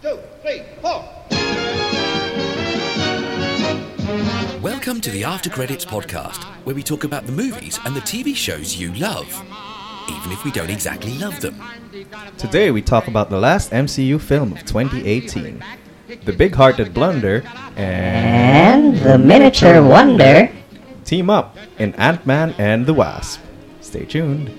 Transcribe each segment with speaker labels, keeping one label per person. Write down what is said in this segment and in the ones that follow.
Speaker 1: three, four.
Speaker 2: Welcome to the After Credits podcast, where we talk about the movies and the TV shows you love, even if we don't exactly love them.
Speaker 3: Today we talk about the last MCU film of 2018, The Big Hearted Blunder, and
Speaker 4: And the miniature wonder.
Speaker 3: team up in Ant-Man and the Wasp. Stay tuned.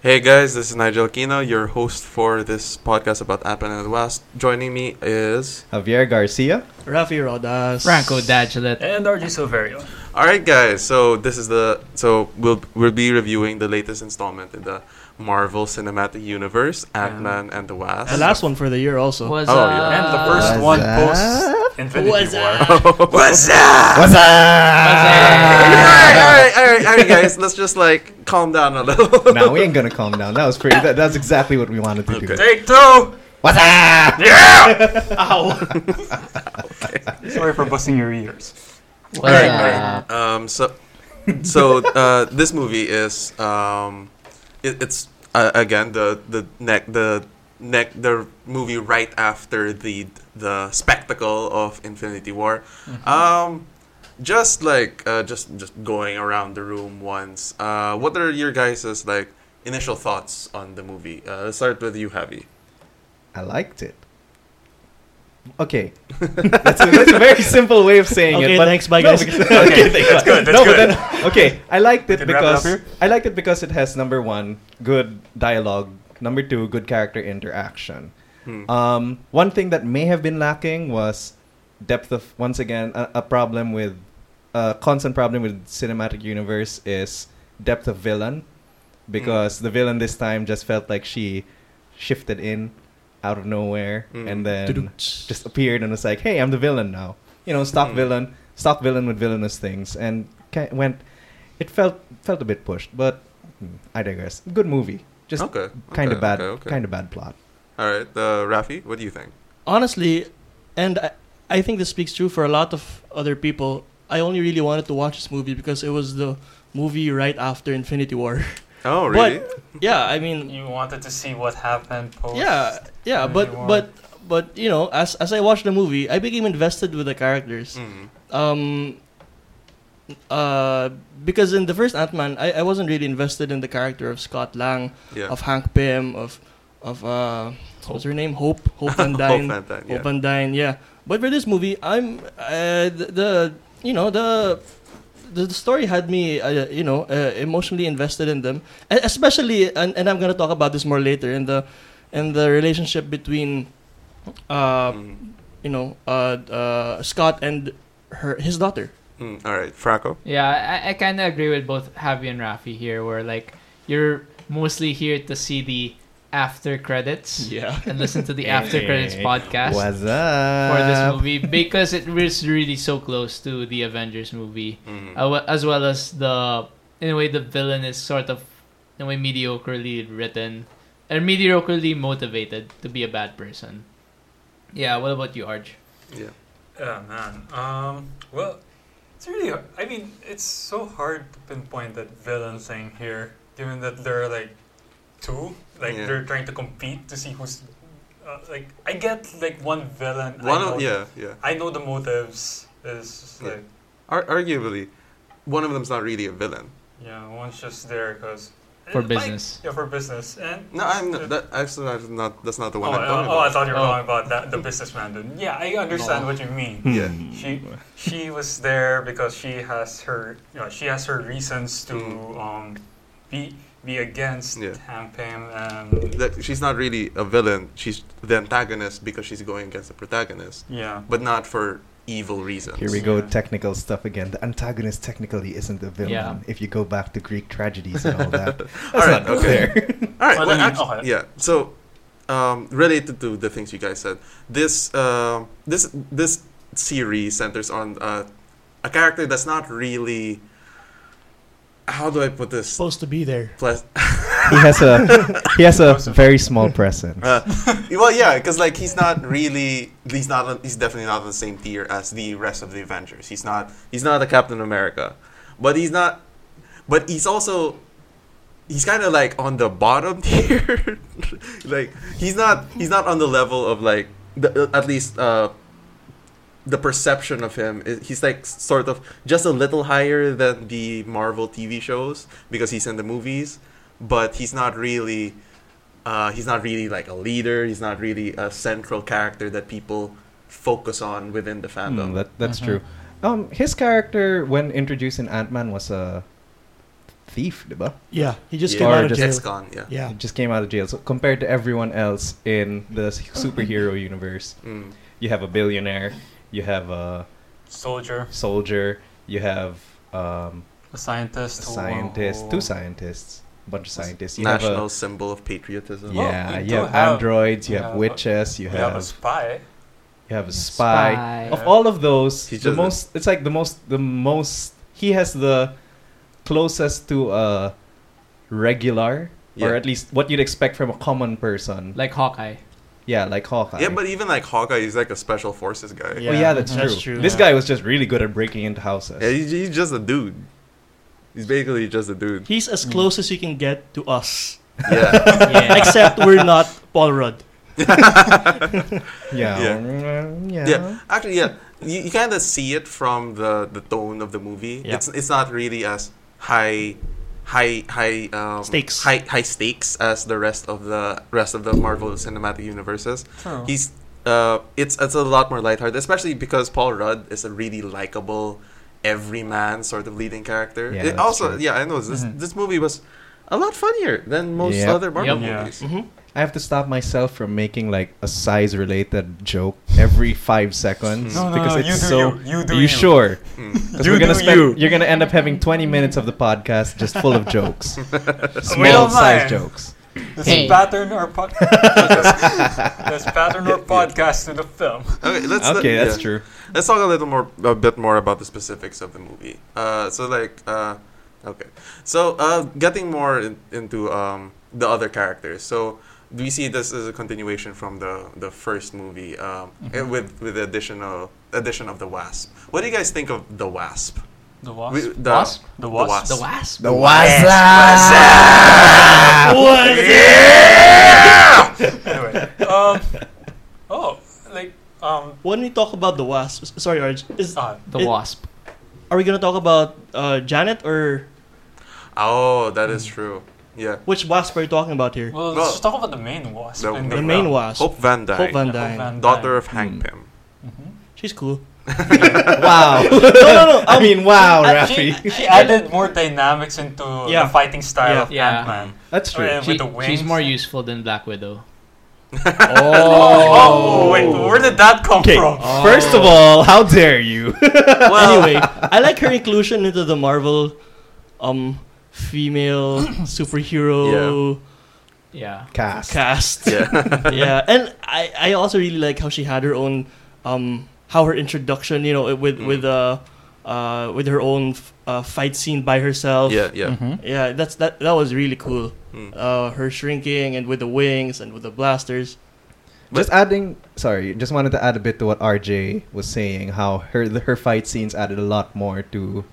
Speaker 5: Hey guys, this is Nigel Aquino, your host for this podcast about Apple and the West. Joining me is.
Speaker 3: Javier Garcia.
Speaker 6: Rafi Rodas.
Speaker 7: Franco Dagelet.
Speaker 8: And RG Silverio.
Speaker 5: All right, guys. So this is the so we'll we'll be reviewing the latest installment in the Marvel Cinematic Universe, Ant Man and the Wasp.
Speaker 6: The last one for the year also.
Speaker 7: Was,
Speaker 5: Oh,
Speaker 7: uh,
Speaker 5: yeah.
Speaker 8: And the first
Speaker 3: What's
Speaker 8: one
Speaker 3: up?
Speaker 8: post Infinity
Speaker 6: What's
Speaker 8: War.
Speaker 5: What's up?
Speaker 3: What's up?
Speaker 5: All right, all right, all right, all right, guys. Let's just like calm down a little.
Speaker 3: Now we ain't gonna calm down. That was pretty. That, that's exactly what we wanted to do.
Speaker 5: Okay.
Speaker 8: Take two!
Speaker 3: What's up?
Speaker 8: Sorry for busting your ears.
Speaker 7: was, uh,
Speaker 5: Um, so, so uh, this movie is um, it, it's uh, again the the neck the neck the movie right after the the spectacle of Infinity War. Um, just like uh, just just going around the room once. Uh, what are your guys' like initial thoughts on the movie? Uh, let's start with you, Javi.
Speaker 3: I liked it. Okay, that's, a, that's a very simple way of saying it.
Speaker 6: Okay,
Speaker 3: but
Speaker 6: thanks, bye,
Speaker 3: No,
Speaker 6: guys.
Speaker 3: because-
Speaker 8: Okay, that's good, that's
Speaker 3: no,
Speaker 8: good.
Speaker 3: But then, okay, I liked it
Speaker 8: can wrap it up
Speaker 3: because
Speaker 8: here.
Speaker 3: I liked it because it has number one, good dialogue. Number two, good character interaction. Um, one thing that may have been lacking was depth of once again a, a problem with a constant problem with cinematic universe is depth of villain because the villain this time just felt like she shifted in out of nowhere
Speaker 5: Mm.
Speaker 3: and then
Speaker 6: Tudum-ts.
Speaker 3: just appeared and was like, "Hey, I'm the villain now." You know, stop
Speaker 5: Mm.
Speaker 3: villain, stop villain with villainous things, and ki- went. It felt felt a bit pushed, but mm, I digress. Good movie, just
Speaker 5: Okay,
Speaker 3: kind
Speaker 5: okay,
Speaker 3: of bad,
Speaker 5: okay, okay.
Speaker 3: kind of bad plot.
Speaker 5: All right, uh, Rafi, what do you think?
Speaker 6: Honestly, and I, I think this speaks true for a lot of other people. I only really wanted to watch this movie because it was the movie right after Infinity War.
Speaker 5: Oh, really?
Speaker 6: yeah, I mean,
Speaker 8: You wanted to see what happened post.
Speaker 6: yeah, yeah, but
Speaker 8: Infinity War.
Speaker 6: but but you know, as as I watched the movie, I became invested with the characters.
Speaker 5: Mm.
Speaker 6: Um, uh, because in the first Ant Man, I, I wasn't really invested in the character of Scott Lang,
Speaker 5: Yeah.
Speaker 6: of Hank Pym, of of uh, what was her name? Hope, Hope Van
Speaker 5: Hope
Speaker 6: Dyne,
Speaker 5: Van Dyne, yeah.
Speaker 6: Hope Van Dyne, yeah. But for this movie, I'm uh, the, the you know the. The the story had me, uh, you know, uh, emotionally invested in them, E- especially, and, and I'm gonna talk about this more later in the, in the relationship between, uh,
Speaker 5: Mm.
Speaker 6: you know, uh, uh, Scott and her his daughter.
Speaker 5: Mm. All right, Fraco.
Speaker 7: yeah, I, I kind of agree with both Javi and Rafi here, where like you're mostly here to see the after credits
Speaker 6: Yeah.
Speaker 7: and listen to the after credits
Speaker 3: Hey,
Speaker 7: podcast
Speaker 3: What's
Speaker 7: for this
Speaker 3: up?
Speaker 7: movie because it was really so close to the Avengers movie,
Speaker 8: Mm-hmm.
Speaker 5: Mm.
Speaker 7: uh, wa- as well as the in a way the villain is sort of in a way mediocrely written and mediocrely motivated to be a bad person. Yeah, what about you, Arj?
Speaker 5: Yeah.
Speaker 8: Yeah, man. Um, well, it's really. har- I mean, it's so hard to pinpoint that villain thing here, given that there are like two. Like
Speaker 5: Yeah.
Speaker 8: they're trying to compete to see who's. Uh, like I get like one villain.
Speaker 5: One
Speaker 8: I know,
Speaker 5: of, yeah, yeah.
Speaker 8: I know the motives. Is
Speaker 5: Yeah.
Speaker 8: like
Speaker 5: Ar- arguably, one of them's not really a villain.
Speaker 8: yeah, one's just there because
Speaker 7: For business.
Speaker 8: yeah, for business and
Speaker 5: No, I'm not, that, actually that's not. That's not the
Speaker 8: Oh,
Speaker 5: one I'm
Speaker 8: oh,
Speaker 5: talking
Speaker 8: oh, I
Speaker 5: about.
Speaker 8: thought you were
Speaker 7: Oh.
Speaker 8: talking about that, the businessman dude. Yeah, I understand what you mean.
Speaker 5: yeah.
Speaker 7: Hmm.
Speaker 8: She she was there because she has her you know, she has her reasons to
Speaker 5: Mm.
Speaker 8: um be be against
Speaker 5: Yeah.
Speaker 8: Hank Pym and
Speaker 5: That she's not really a villain. She's the antagonist because she's going against the protagonist,
Speaker 8: yeah.
Speaker 5: but not for evil reasons.
Speaker 3: Here we go,
Speaker 8: Yeah.
Speaker 3: technical stuff again. The antagonist technically isn't the villain.
Speaker 7: Yeah.
Speaker 3: If you go back to Greek tragedies and all that, that's
Speaker 5: Alright,
Speaker 3: not fair.
Speaker 5: okay. All right.
Speaker 8: Well,
Speaker 5: Well,
Speaker 8: then,
Speaker 5: actu-
Speaker 8: okay.
Speaker 5: yeah. So, um, related to the things you guys said, this um this this series centers on uh, a character that's not really. How do I put this?
Speaker 6: Supposed to be there.
Speaker 5: Plus,
Speaker 3: he has a he has a very small presence.
Speaker 5: Uh, well, yeah, because like he's not really he's not on, he's definitely not on the same tier as the rest of the Avengers. He's not he's not a Captain America, but he's not, but he's also he's kind of like on the bottom tier. like he's not he's not on the level of like the, at least uh the perception of him is he's like sort of just a little higher than the Marvel TV shows because he's in the movies, but he's not really uh, he's not really like a leader. He's not really a central character that people focus on within the fandom.
Speaker 3: Mm, that, that's
Speaker 7: Mhm.
Speaker 3: true. Um, his character when introduced in Ant Man was a thief, diba?
Speaker 6: Yeah, he just
Speaker 5: Yeah.
Speaker 6: came
Speaker 3: Or
Speaker 6: out of
Speaker 3: just
Speaker 6: jail.
Speaker 5: Ex-con, yeah.
Speaker 6: Yeah,
Speaker 3: He just came out of jail. So compared to everyone else in the s- superhero universe,
Speaker 5: Mm.
Speaker 3: you have a billionaire, you have a
Speaker 8: Soldier,
Speaker 3: soldier, you have um,
Speaker 8: a
Speaker 3: a
Speaker 8: scientist,
Speaker 3: scientist, two scientists, a bunch of scientists. You
Speaker 5: National Oh,
Speaker 3: have
Speaker 5: symbol of
Speaker 3: a,
Speaker 5: patriotism.
Speaker 3: yeah,
Speaker 8: we
Speaker 3: you
Speaker 8: do
Speaker 3: have,
Speaker 8: have-
Speaker 3: androids, you
Speaker 8: we
Speaker 3: have
Speaker 8: have a-
Speaker 3: witches, you
Speaker 8: You
Speaker 3: have
Speaker 8: have a spy.
Speaker 3: you have a
Speaker 7: Spy.
Speaker 3: spy.
Speaker 8: Yeah.
Speaker 3: Of all of those,
Speaker 5: He's
Speaker 3: the
Speaker 5: just-
Speaker 3: most it's like the most the most he has the closest to a regular or
Speaker 5: Yeah.
Speaker 3: at least what you'd expect from a common person.
Speaker 7: Like Hawkeye.
Speaker 3: yeah, like Hawkeye.
Speaker 5: Yeah, but even like Hawkeye, he's like a special forces guy.
Speaker 3: Oh, yeah, that's,
Speaker 6: That's
Speaker 3: true.
Speaker 6: true.
Speaker 3: This
Speaker 6: Yeah.
Speaker 3: guy was just really good at breaking into houses.
Speaker 5: Yeah, he's, he's just a dude. He's basically just a dude.
Speaker 6: he's as close as you can get to us,
Speaker 5: Yeah.
Speaker 7: Yeah.
Speaker 6: except we're not Paul Rudd.
Speaker 3: yeah.
Speaker 5: Yeah.
Speaker 3: Mm, yeah.
Speaker 5: yeah. Actually, yeah. You, you kind of see it from the, the tone of the movie.
Speaker 6: Yeah.
Speaker 5: It's it's not really as high high high um,
Speaker 6: Stakes.
Speaker 5: high high stakes as the rest of the rest of the Marvel cinematic universes.
Speaker 8: True.
Speaker 5: He's uh it's it's a lot more lighthearted, especially because Paul Rudd is a really likable everyman sort of leading character.
Speaker 3: Yeah,
Speaker 5: It
Speaker 3: that's
Speaker 5: also,
Speaker 3: true. Mm-hmm.
Speaker 5: yeah, I know this
Speaker 8: Mhm.
Speaker 5: this movie was a lot funnier than most
Speaker 3: Yep.
Speaker 5: other Marvel
Speaker 8: Yep. Yeah.
Speaker 5: movies.
Speaker 3: I have to stop myself from making like a size related joke every five seconds
Speaker 8: No, no,
Speaker 3: because
Speaker 8: no,
Speaker 3: it's
Speaker 8: you do
Speaker 3: so
Speaker 8: you, you do
Speaker 3: Are you
Speaker 8: you.
Speaker 3: sure?
Speaker 5: Mm.
Speaker 3: 'Cause
Speaker 8: You
Speaker 3: we're gonna
Speaker 8: do
Speaker 3: spend,
Speaker 8: you.
Speaker 3: You're gonna end up having 20 minutes of the podcast just full of jokes, small
Speaker 8: don't
Speaker 3: size
Speaker 8: mind.
Speaker 3: jokes.
Speaker 8: Let's
Speaker 7: Hey.
Speaker 8: pattern our pod- Let's pattern our podcast to the film.
Speaker 5: Okay, let's
Speaker 3: Okay,
Speaker 5: yeah.
Speaker 3: that's true.
Speaker 5: Let's talk a little more, a bit more about the specifics of the movie. Uh, so like, uh, okay, so uh, getting more in, into um, the other characters. So we see this as a continuation from the the first movie, um, eh, with with the additional addition of the wasp. What do you guys think of the wasp?
Speaker 8: The
Speaker 5: We-
Speaker 8: wasp.
Speaker 5: the
Speaker 7: Wasp?
Speaker 8: The wasp.
Speaker 7: The Wasp.
Speaker 8: anyway, um, oh, like um,
Speaker 6: When we talk about the Wasp, s- sorry, Arj, is
Speaker 8: uh,
Speaker 7: The
Speaker 6: It-
Speaker 7: Wasp.
Speaker 6: are we gonna talk about uh, Janet or
Speaker 5: Oh, that is true. Yeah,
Speaker 6: which Wasp are you talking about here?
Speaker 8: well,
Speaker 5: Well,
Speaker 8: let's just talk about the main wasp.
Speaker 5: the-
Speaker 8: in
Speaker 6: the main
Speaker 8: film.
Speaker 6: Wasp,
Speaker 5: Hope Van Dyne,
Speaker 6: Hope Van
Speaker 8: Hope
Speaker 6: Dyne.
Speaker 8: Van
Speaker 5: daughter
Speaker 8: Dyne.
Speaker 5: of Hank Pym.
Speaker 6: She's cool.
Speaker 3: Wow. no, no, no. um, I mean, wow,
Speaker 8: Uh, she,
Speaker 3: Rafi.
Speaker 8: she added more dynamics into
Speaker 6: Yeah.
Speaker 8: the fighting style
Speaker 6: Yeah.
Speaker 8: of
Speaker 7: Yeah.
Speaker 8: Ant-Man.
Speaker 3: That's true.
Speaker 8: Yeah. With
Speaker 7: She-
Speaker 8: the wings.
Speaker 7: she's more useful than Black Widow.
Speaker 8: Oh, wait, where did that come
Speaker 6: Okay.
Speaker 8: from?
Speaker 3: First of all, how dare you?
Speaker 5: Well,
Speaker 6: Anyway, I like her inclusion into the Marvel, um, female superhero
Speaker 7: Yeah.
Speaker 3: Cast.
Speaker 6: cast.
Speaker 5: yeah,
Speaker 6: yeah, and I, I also really like how she had her own um how her introduction you know with with uh uh with her own f- uh, fight scene by herself.
Speaker 5: yeah, yeah.
Speaker 8: Mm-hmm.
Speaker 7: Mm-hmm.
Speaker 6: yeah, that's that that was really cool.
Speaker 5: Mm.
Speaker 6: Uh, her shrinking and with the wings and with the blasters.
Speaker 3: Just adding, sorry, just wanted to add a bit to what RJ was saying. How her her fight scenes added a lot more to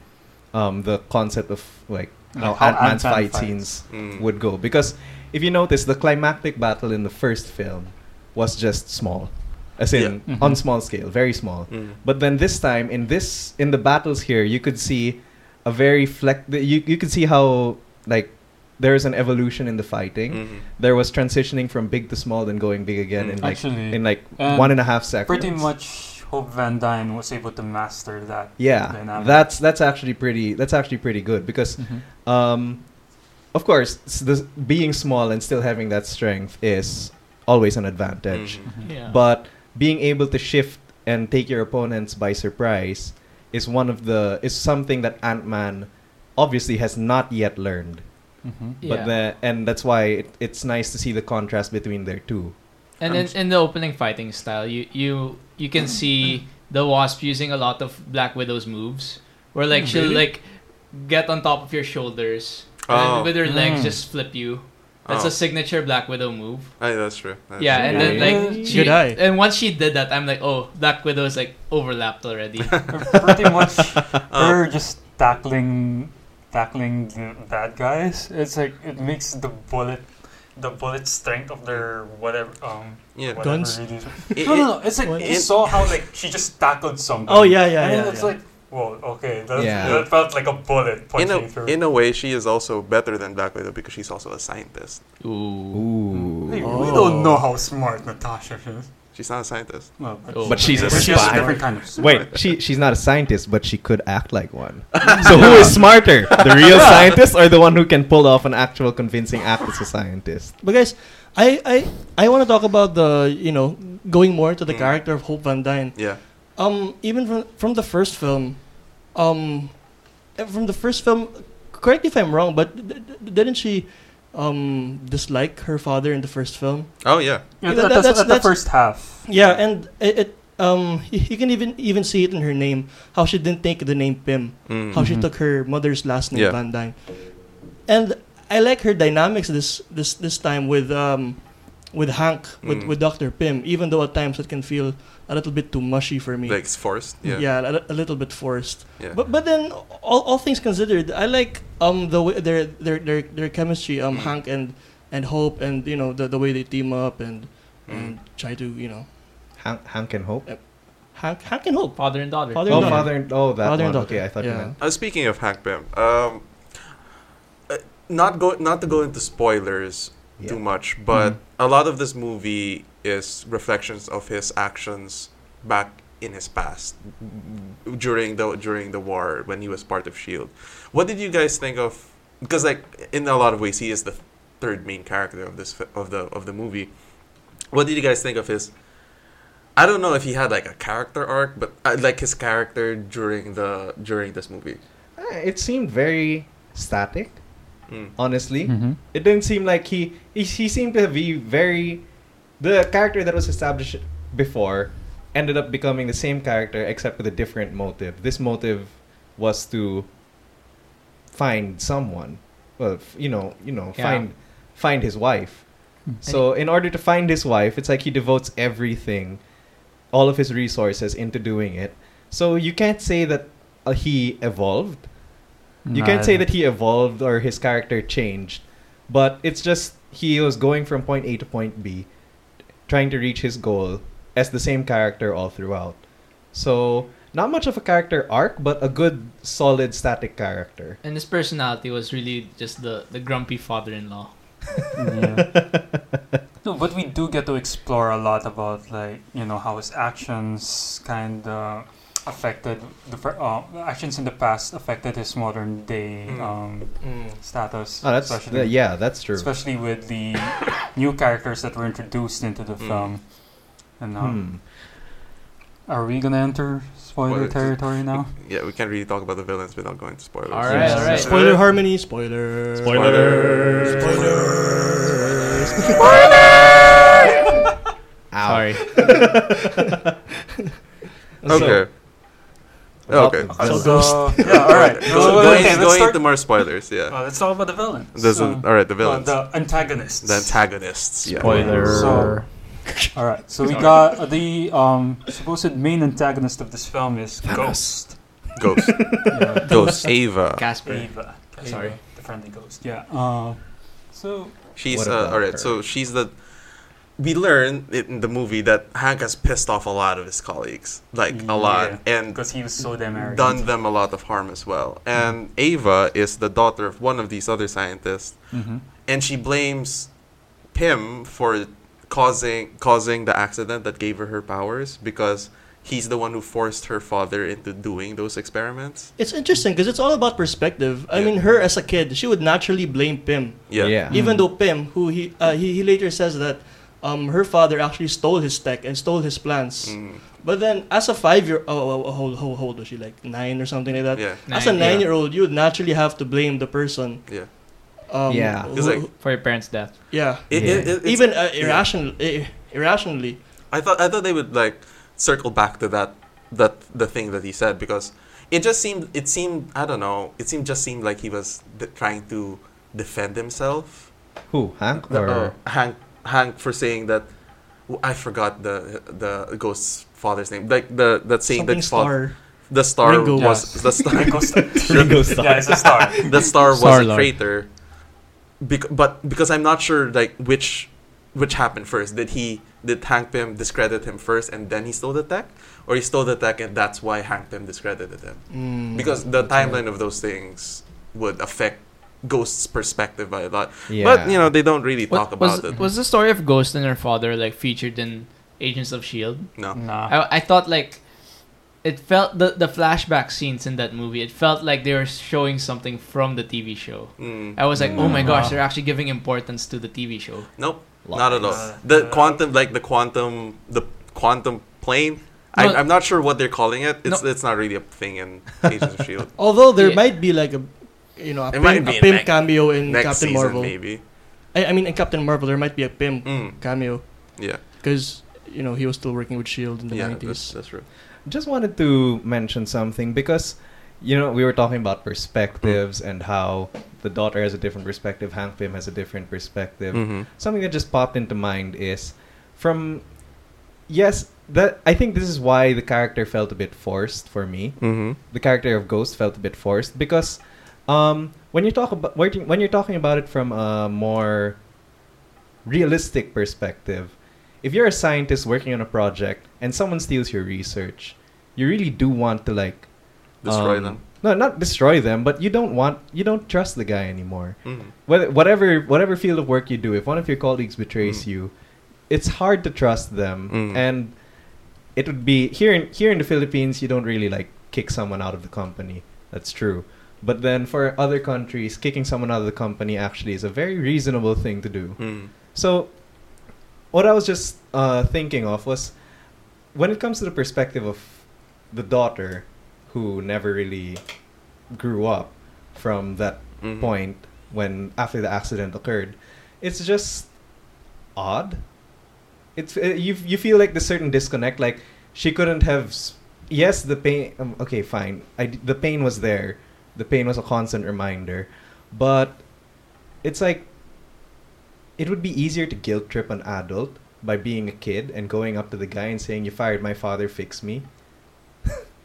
Speaker 3: um, the concept of like how
Speaker 8: Like how
Speaker 3: Ant Man's
Speaker 8: Ant-Man
Speaker 3: fight
Speaker 8: fights.
Speaker 3: scenes
Speaker 5: Mm.
Speaker 3: would go. Because if you notice, the climactic battle in the first film was just small, as in
Speaker 8: Yeah. Mhm.
Speaker 3: on small scale, very small.
Speaker 5: Mm.
Speaker 3: But then this time in this in the battles here, you could see a very flex. You you could see how like there is an evolution in the fighting.
Speaker 5: Mhm.
Speaker 3: There was transitioning from big to small, then going big again in
Speaker 5: Mm.
Speaker 3: like
Speaker 8: Actually,
Speaker 3: in like
Speaker 8: Um,
Speaker 3: one and a half seconds.
Speaker 8: pretty much Hope Van Dyne was able to master that.
Speaker 3: Yeah,
Speaker 8: dynamic.
Speaker 3: that's that's actually pretty. That's actually pretty good because,
Speaker 7: Mm-hmm.
Speaker 3: um, of course, s- the, being small and still having that strength is always an advantage.
Speaker 5: Mhm.
Speaker 8: Mm-hmm.
Speaker 7: Yeah.
Speaker 3: But being able to shift and take your opponents by surprise is one of the is something that Ant Man obviously has not yet learned.
Speaker 8: Mm-hmm.
Speaker 7: yeah.
Speaker 3: But the, and that's why it, it's nice to see the contrast between their two.
Speaker 7: And then in the opening fighting style, you you you can see the wasp using a lot of Black Widow's moves, where like she'll like get on top of your shoulders and then
Speaker 5: Oh.
Speaker 7: with her legs
Speaker 8: Mm.
Speaker 7: just flip you. That's
Speaker 5: Oh.
Speaker 7: a signature Black Widow move.
Speaker 5: Oh, yeah, that's true. That's
Speaker 7: yeah,
Speaker 5: true.
Speaker 7: and then
Speaker 8: Yeah.
Speaker 7: like she
Speaker 6: Good eye.
Speaker 7: and once she did that, I'm like, oh, Black Widow is like overlapped already.
Speaker 5: Um,
Speaker 7: Uh,
Speaker 8: Pretty much her just tackling tackling the bad guys. It's like it makes the bullet, the bullet strength of their whatever um
Speaker 5: Yeah.
Speaker 8: whatever
Speaker 6: Guns?
Speaker 8: it is.
Speaker 5: It-
Speaker 8: no,
Speaker 5: it-
Speaker 8: no, no. It's like you
Speaker 5: it-
Speaker 8: saw how like she just tackled something.
Speaker 6: Oh, yeah, yeah,
Speaker 8: And
Speaker 6: yeah,
Speaker 8: it's
Speaker 6: yeah.
Speaker 8: like whoa, okay, that,
Speaker 3: Yeah.
Speaker 8: that felt like a bullet
Speaker 5: in
Speaker 8: punching
Speaker 5: a
Speaker 8: through.
Speaker 5: in a way, she is also better than Black Widow because she's also a scientist.
Speaker 7: Ooh.
Speaker 8: Hey,
Speaker 3: Ooh.
Speaker 6: Oh.
Speaker 8: We don't know how smart Natasha is.
Speaker 5: She's not a scientist.
Speaker 8: Well,
Speaker 7: Oh.
Speaker 3: But she's a
Speaker 8: she's
Speaker 3: spy.
Speaker 8: different kind of smart.
Speaker 3: Wait, she she's not a scientist, but she could act like one. So who is smarter, the real scientist or the one who can pull off an actual convincing act as a scientist?
Speaker 6: But guys, I I I want to talk about the you know going more to the
Speaker 5: Mm.
Speaker 6: character of Hope Van Dyne.
Speaker 5: Yeah.
Speaker 6: Um, even from from the first film, um, eh, from the first film, correct me if I'm wrong, but d- d- didn't she um dislike her father in the first film?
Speaker 5: Oh yeah.
Speaker 6: That-
Speaker 8: Yeah, that,
Speaker 6: that's-
Speaker 8: that's, that's,
Speaker 6: that's-
Speaker 8: the first half.
Speaker 6: Yeah, and it, it um y- you can even even see it in her name how she didn't take the name Pym,
Speaker 5: Mm.
Speaker 6: how she took her mother's last name
Speaker 5: Yeah.
Speaker 6: Van Dyne, and I like her dynamics this this this time with um with Hank with
Speaker 5: Mm.
Speaker 6: with Doctor Pym, even though at times it can feel a little bit too mushy for me.
Speaker 5: Like it's forced. Yeah.
Speaker 6: yeah, a, li- a little bit forced.
Speaker 5: Yeah.
Speaker 6: But but then all, all things considered, I like um the way their their their, their chemistry um
Speaker 5: Mm.
Speaker 6: Hank and and Hope and you know the, the way they team up and
Speaker 5: Mm.
Speaker 6: and try to you know
Speaker 3: Hank, Hank and Hope.
Speaker 6: Hank Hank and Hope
Speaker 7: Father and daughter.
Speaker 6: Father
Speaker 3: Oh,
Speaker 6: and daughter.
Speaker 3: father and oh that
Speaker 6: Father and
Speaker 3: one.
Speaker 6: daughter,
Speaker 3: Okay, I thought you
Speaker 6: yeah.
Speaker 3: meant.
Speaker 5: Uh, speaking of Hank Pym, um, uh, not go not to go into spoilers
Speaker 3: Yeah.
Speaker 5: too much, but a lot of this movie is reflections of his actions back in his past during the during the war when he was part of Shield. E What did you guys think of? Because like in a lot of ways, he is the third main character of this fi- of the of the movie. What did you guys think of his? I don't know if he had like a character arc, but I like his character during the during this movie.
Speaker 3: Uh, It seemed very static,
Speaker 5: Mm.
Speaker 3: honestly. It didn't seem like he, he he seemed to be very the character that was established before ended up becoming the same character except with a different motive. This motive was to find someone. Well, f- you know, you know,
Speaker 7: Yeah.
Speaker 3: find find his wife. So in order to find his wife, it's like he devotes everything, all of his resources into doing it. So you can't say that uh, he evolved. You can't say that he evolved or his character changed, but it's just he was going from point A to point B, trying to reach his goal as the same character all throughout. So, not much of a character arc, but a good, solid, static character.
Speaker 7: And his personality was really just the, the grumpy father-in-law.
Speaker 8: No, but we do get to explore a lot about like you know how his actions kind of affected the fir- uh, actions in the past affected his modern day
Speaker 5: Mm.
Speaker 8: um, status.
Speaker 3: Oh, that's
Speaker 8: especially,
Speaker 3: th- yeah, that's true.
Speaker 8: Especially with the new characters that were introduced into the
Speaker 5: Mm.
Speaker 8: film. And um,
Speaker 3: Hmm.
Speaker 8: are we gonna enter spoiler
Speaker 5: Spoilers.
Speaker 8: territory now?
Speaker 5: Yeah, we can't really talk about the villains without going to spoilers.
Speaker 7: All right, all right.
Speaker 6: spoiler harmony spoiler
Speaker 5: Spoilers.
Speaker 3: Ow.
Speaker 7: Sorry.
Speaker 5: Okay.
Speaker 3: About
Speaker 5: okay.
Speaker 3: the
Speaker 6: So
Speaker 3: villain.
Speaker 8: So yeah, all right.
Speaker 5: Go-
Speaker 8: okay,
Speaker 5: going
Speaker 8: let's
Speaker 5: going
Speaker 8: start-
Speaker 5: into more spoilers. Yeah.
Speaker 8: uh, let's talk about the villains.
Speaker 5: There's
Speaker 8: So-
Speaker 5: a- all right. The
Speaker 8: Uh,
Speaker 5: villains.
Speaker 8: the antagonists.
Speaker 5: the antagonists. Yeah.
Speaker 8: So- All right, so we got uh, the um, supposed main antagonist of this film is Ghost.
Speaker 5: Ghost.
Speaker 8: Yeah,
Speaker 5: Ghost. Ava.
Speaker 7: Casper.
Speaker 8: Ava.
Speaker 7: Sorry.
Speaker 8: Ava, the friendly ghost. Yeah. Uh, so
Speaker 5: She's
Speaker 3: What
Speaker 5: uh,
Speaker 3: about
Speaker 5: all right.
Speaker 3: her?
Speaker 5: So she's the. We learn in the movie that Hank has pissed off a lot of his colleagues, like a lot,
Speaker 8: Yeah.
Speaker 5: and
Speaker 8: because he was so damn arrogant.
Speaker 5: done them a lot of harm as well. And Ava is the daughter of one of these other scientists,
Speaker 8: Mhm.
Speaker 5: and she blames Pym for causing causing the accident that gave her her powers because he's the one who forced her father into doing those experiments.
Speaker 6: it's interesting because it's all about perspective i
Speaker 5: Yeah.
Speaker 6: mean her as a kid she would naturally blame pim
Speaker 5: Yeah.
Speaker 3: Yeah.
Speaker 6: even though pim who he, uh, he he later says that um, her father actually stole his tech and stole his plans
Speaker 5: Mm,
Speaker 6: but then as a five year oh, oh, oh hold, hold, hold was she like nine or something like that
Speaker 5: yeah.
Speaker 6: as a
Speaker 7: Nine,
Speaker 6: nine
Speaker 7: yeah.
Speaker 6: year old you would naturally have to blame the person
Speaker 5: Yeah.
Speaker 6: um,
Speaker 3: Yeah.
Speaker 6: who-
Speaker 5: It's like-
Speaker 6: who-
Speaker 7: For your parents' death.
Speaker 6: yeah
Speaker 5: It,
Speaker 3: Yeah.
Speaker 5: it- it- it's-
Speaker 6: even uh,
Speaker 5: yeah.
Speaker 6: irrational ir- irrationally
Speaker 5: I thought I thought they would like circle back to that that the thing that he said because it just seemed it seemed I don't know it seemed just seemed like he was de- trying to defend himself.
Speaker 3: Who? Hank
Speaker 5: The-
Speaker 3: or
Speaker 5: uh, Hank Hank for saying that w- I forgot the the ghost's father's name like the that saying
Speaker 6: something
Speaker 5: that his fa-
Speaker 6: star
Speaker 5: the star
Speaker 6: Ringo.
Speaker 5: was the star.
Speaker 8: Ringo Starr.
Speaker 3: Ringo Starr.
Speaker 8: Yeah, it's a star.
Speaker 5: the star was a
Speaker 9: Star-Lord.
Speaker 5: traitor. Bec- but because I'm not sure like which which happened first. Did he did Hank Pym discredit him first and then he stole the tech? Or he stole the tech and that's why Hank Pym discredited him? because the timeline of those things would affect Ghost's perspective by a lot. But you know, they don't really
Speaker 7: Wa-
Speaker 5: talk
Speaker 7: was,
Speaker 5: about it.
Speaker 7: Was the story of Ghost and her father like featured in Agents of Shield?
Speaker 5: no.
Speaker 8: Nah.
Speaker 7: E I, I thought like it felt the the flashback scenes in that movie. It felt like they were showing something from the TV show.
Speaker 5: Mm.
Speaker 7: I was like, oh my
Speaker 8: Mm.
Speaker 7: gosh, they're actually giving importance to the TV show.
Speaker 5: Nope. Not at all.
Speaker 8: Uh,
Speaker 5: The
Speaker 8: uh,
Speaker 5: quantum like the quantum the quantum plane. I,
Speaker 7: No.
Speaker 5: I'm not sure what they're calling it. It's it's not really a thing in Agents of Shield.
Speaker 6: Although there
Speaker 7: Yeah.
Speaker 6: might be like a, you know, a
Speaker 5: It might
Speaker 6: pimp,
Speaker 5: be
Speaker 6: a
Speaker 5: in
Speaker 6: pimp
Speaker 5: next-
Speaker 6: cameo in
Speaker 5: Next
Speaker 6: Mm, Captain
Speaker 5: season
Speaker 6: Marvel.
Speaker 5: maybe.
Speaker 6: I, I mean, in Captain Marvel, there might be a pimp
Speaker 5: Mm.
Speaker 6: cameo
Speaker 5: Yeah.
Speaker 6: because you know he was still working with Shield E in the
Speaker 5: yeah, that's, uh,
Speaker 6: nineties.
Speaker 5: that's true.
Speaker 3: Just wanted to mention something because, you know, we were talking about perspectives and how the daughter has a different perspective, Hank Pym has a different perspective. Something that just popped into mind is from, yes, that I think this is why the character felt a bit forced for me.
Speaker 5: Mm-hmm.
Speaker 3: the character of Ghost felt a bit forced because um, when you talk about when you- when you're talking about it from a more realistic perspective, if you're a scientist working on a project and someone steals your research, you really do want to like
Speaker 5: Destroy
Speaker 3: um,
Speaker 5: them.
Speaker 3: No, not destroy them, but you don't want you don't trust the guy anymore.
Speaker 5: Mhm.
Speaker 3: Whether, whatever whatever field of work you do, if one of your colleagues betrays
Speaker 5: Mm.
Speaker 3: you, it's hard to trust them,
Speaker 5: Mm.
Speaker 3: and it would be here in here in the Philippines. You don't really like kick someone out of the company. That's true. But then for other countries, kicking someone out of the company actually is a very reasonable thing to do.
Speaker 5: Mm.
Speaker 3: So, what I was just uh, thinking of was when it comes to the perspective of the daughter who never really grew up from that
Speaker 5: Mhm.
Speaker 3: point when after the accident occurred, it's just odd. It's uh, you you feel like the certain disconnect. Like she couldn't have. s- Yes, the pain. Um, okay, fine. I d- the pain was there. The pain was a constant reminder, but it's like it would be easier to guilt trip an adult by being a kid and going up to the guy and saying, "You fired my father. Fix me."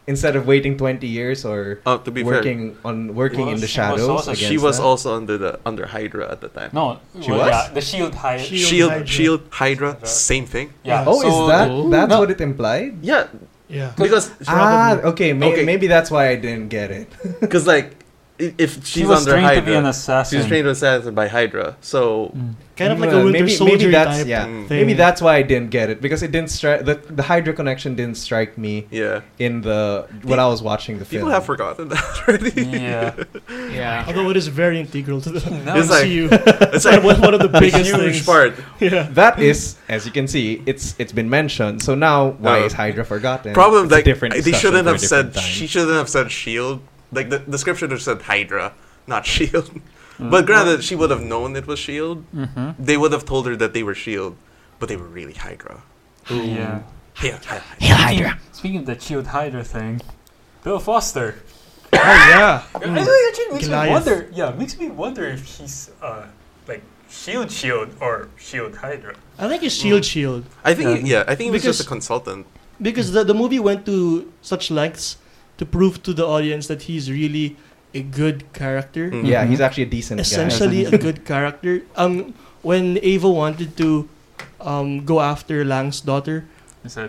Speaker 3: Instead of waiting twenty years or
Speaker 5: Oh, to be fair,
Speaker 3: working on working
Speaker 8: Well,
Speaker 3: in the
Speaker 8: she was
Speaker 3: shadows.
Speaker 8: also-
Speaker 3: against
Speaker 5: she was
Speaker 3: that.
Speaker 5: also under the under Hydra at the time.
Speaker 8: No,
Speaker 3: She
Speaker 8: well,
Speaker 3: was?
Speaker 8: yeah, the shield hide.
Speaker 6: She-
Speaker 5: Shield,
Speaker 6: Hydra.
Speaker 5: Shield, Hydra,
Speaker 8: Hydra.
Speaker 5: same thing.
Speaker 8: yeah.
Speaker 3: Oh,
Speaker 8: so
Speaker 3: is that
Speaker 7: Oh.
Speaker 3: that's
Speaker 8: No.
Speaker 3: what it implied?
Speaker 5: Yeah,
Speaker 6: Yeah.
Speaker 5: because
Speaker 3: Ah, okay, may-
Speaker 5: Okay.
Speaker 3: Maybe that's why I didn't get it.
Speaker 5: because like i- if she's
Speaker 8: she was
Speaker 5: under
Speaker 8: trained
Speaker 5: Hydra,
Speaker 8: to be an assassin. Mm.
Speaker 5: she's trained to assassin by Hydra. So
Speaker 6: Kind of like a
Speaker 3: Uh,
Speaker 6: Winter
Speaker 3: maybe,
Speaker 6: Soldier
Speaker 3: maybe that's,
Speaker 6: type
Speaker 3: Yeah,
Speaker 5: Mm.
Speaker 6: thing.
Speaker 3: maybe that's why I didn't get it because it didn't strike the the Hydra connection didn't strike me
Speaker 5: yeah,
Speaker 3: in the when I was watching the
Speaker 5: people
Speaker 3: film.
Speaker 5: have forgotten that already.
Speaker 8: Yeah.
Speaker 7: Yeah.
Speaker 6: Although it is very integral to the
Speaker 8: No,
Speaker 5: It's like-
Speaker 6: MCU.
Speaker 5: It's like
Speaker 6: one, one of the
Speaker 5: a
Speaker 6: biggest
Speaker 5: huge
Speaker 6: things.
Speaker 5: part.
Speaker 6: Yeah.
Speaker 3: that is, as you can see, it's it's been mentioned. So now, why
Speaker 5: No.
Speaker 3: is Hydra forgotten?
Speaker 5: Oh. Problem
Speaker 3: It's a
Speaker 5: like
Speaker 3: different
Speaker 5: they
Speaker 3: discussion
Speaker 5: shouldn't
Speaker 3: for a
Speaker 5: have said
Speaker 3: different time.
Speaker 5: she shouldn't have said Shield. Like the description should have said Hydra, not Shield. But granted, she would have known it was Shield.
Speaker 8: Mhm.
Speaker 5: They would have told her that they were Shield, but they were really Hydra.
Speaker 8: Yeah.
Speaker 5: Yeah, Hydra.
Speaker 8: Hydra. Speaking of that shield Hydra thing, Bill Foster.
Speaker 6: Oh yeah.
Speaker 8: It actually makes
Speaker 6: Goliath.
Speaker 8: me wonder. Yeah, makes me wonder if he's uh like shield shield or shield Hydra.
Speaker 6: I E think it's
Speaker 5: Hmm.
Speaker 6: Shield Shield
Speaker 5: I think yeah, I think he was
Speaker 6: Because-
Speaker 5: just a consultant.
Speaker 6: because the the movie went to such lengths to prove to the audience that he's really a good character.
Speaker 5: Mm.
Speaker 3: yeah,
Speaker 8: Mhm.
Speaker 3: he's actually a decent guy.
Speaker 6: essentially a good character. Um, when Ava wanted to um, go after Lang's daughter,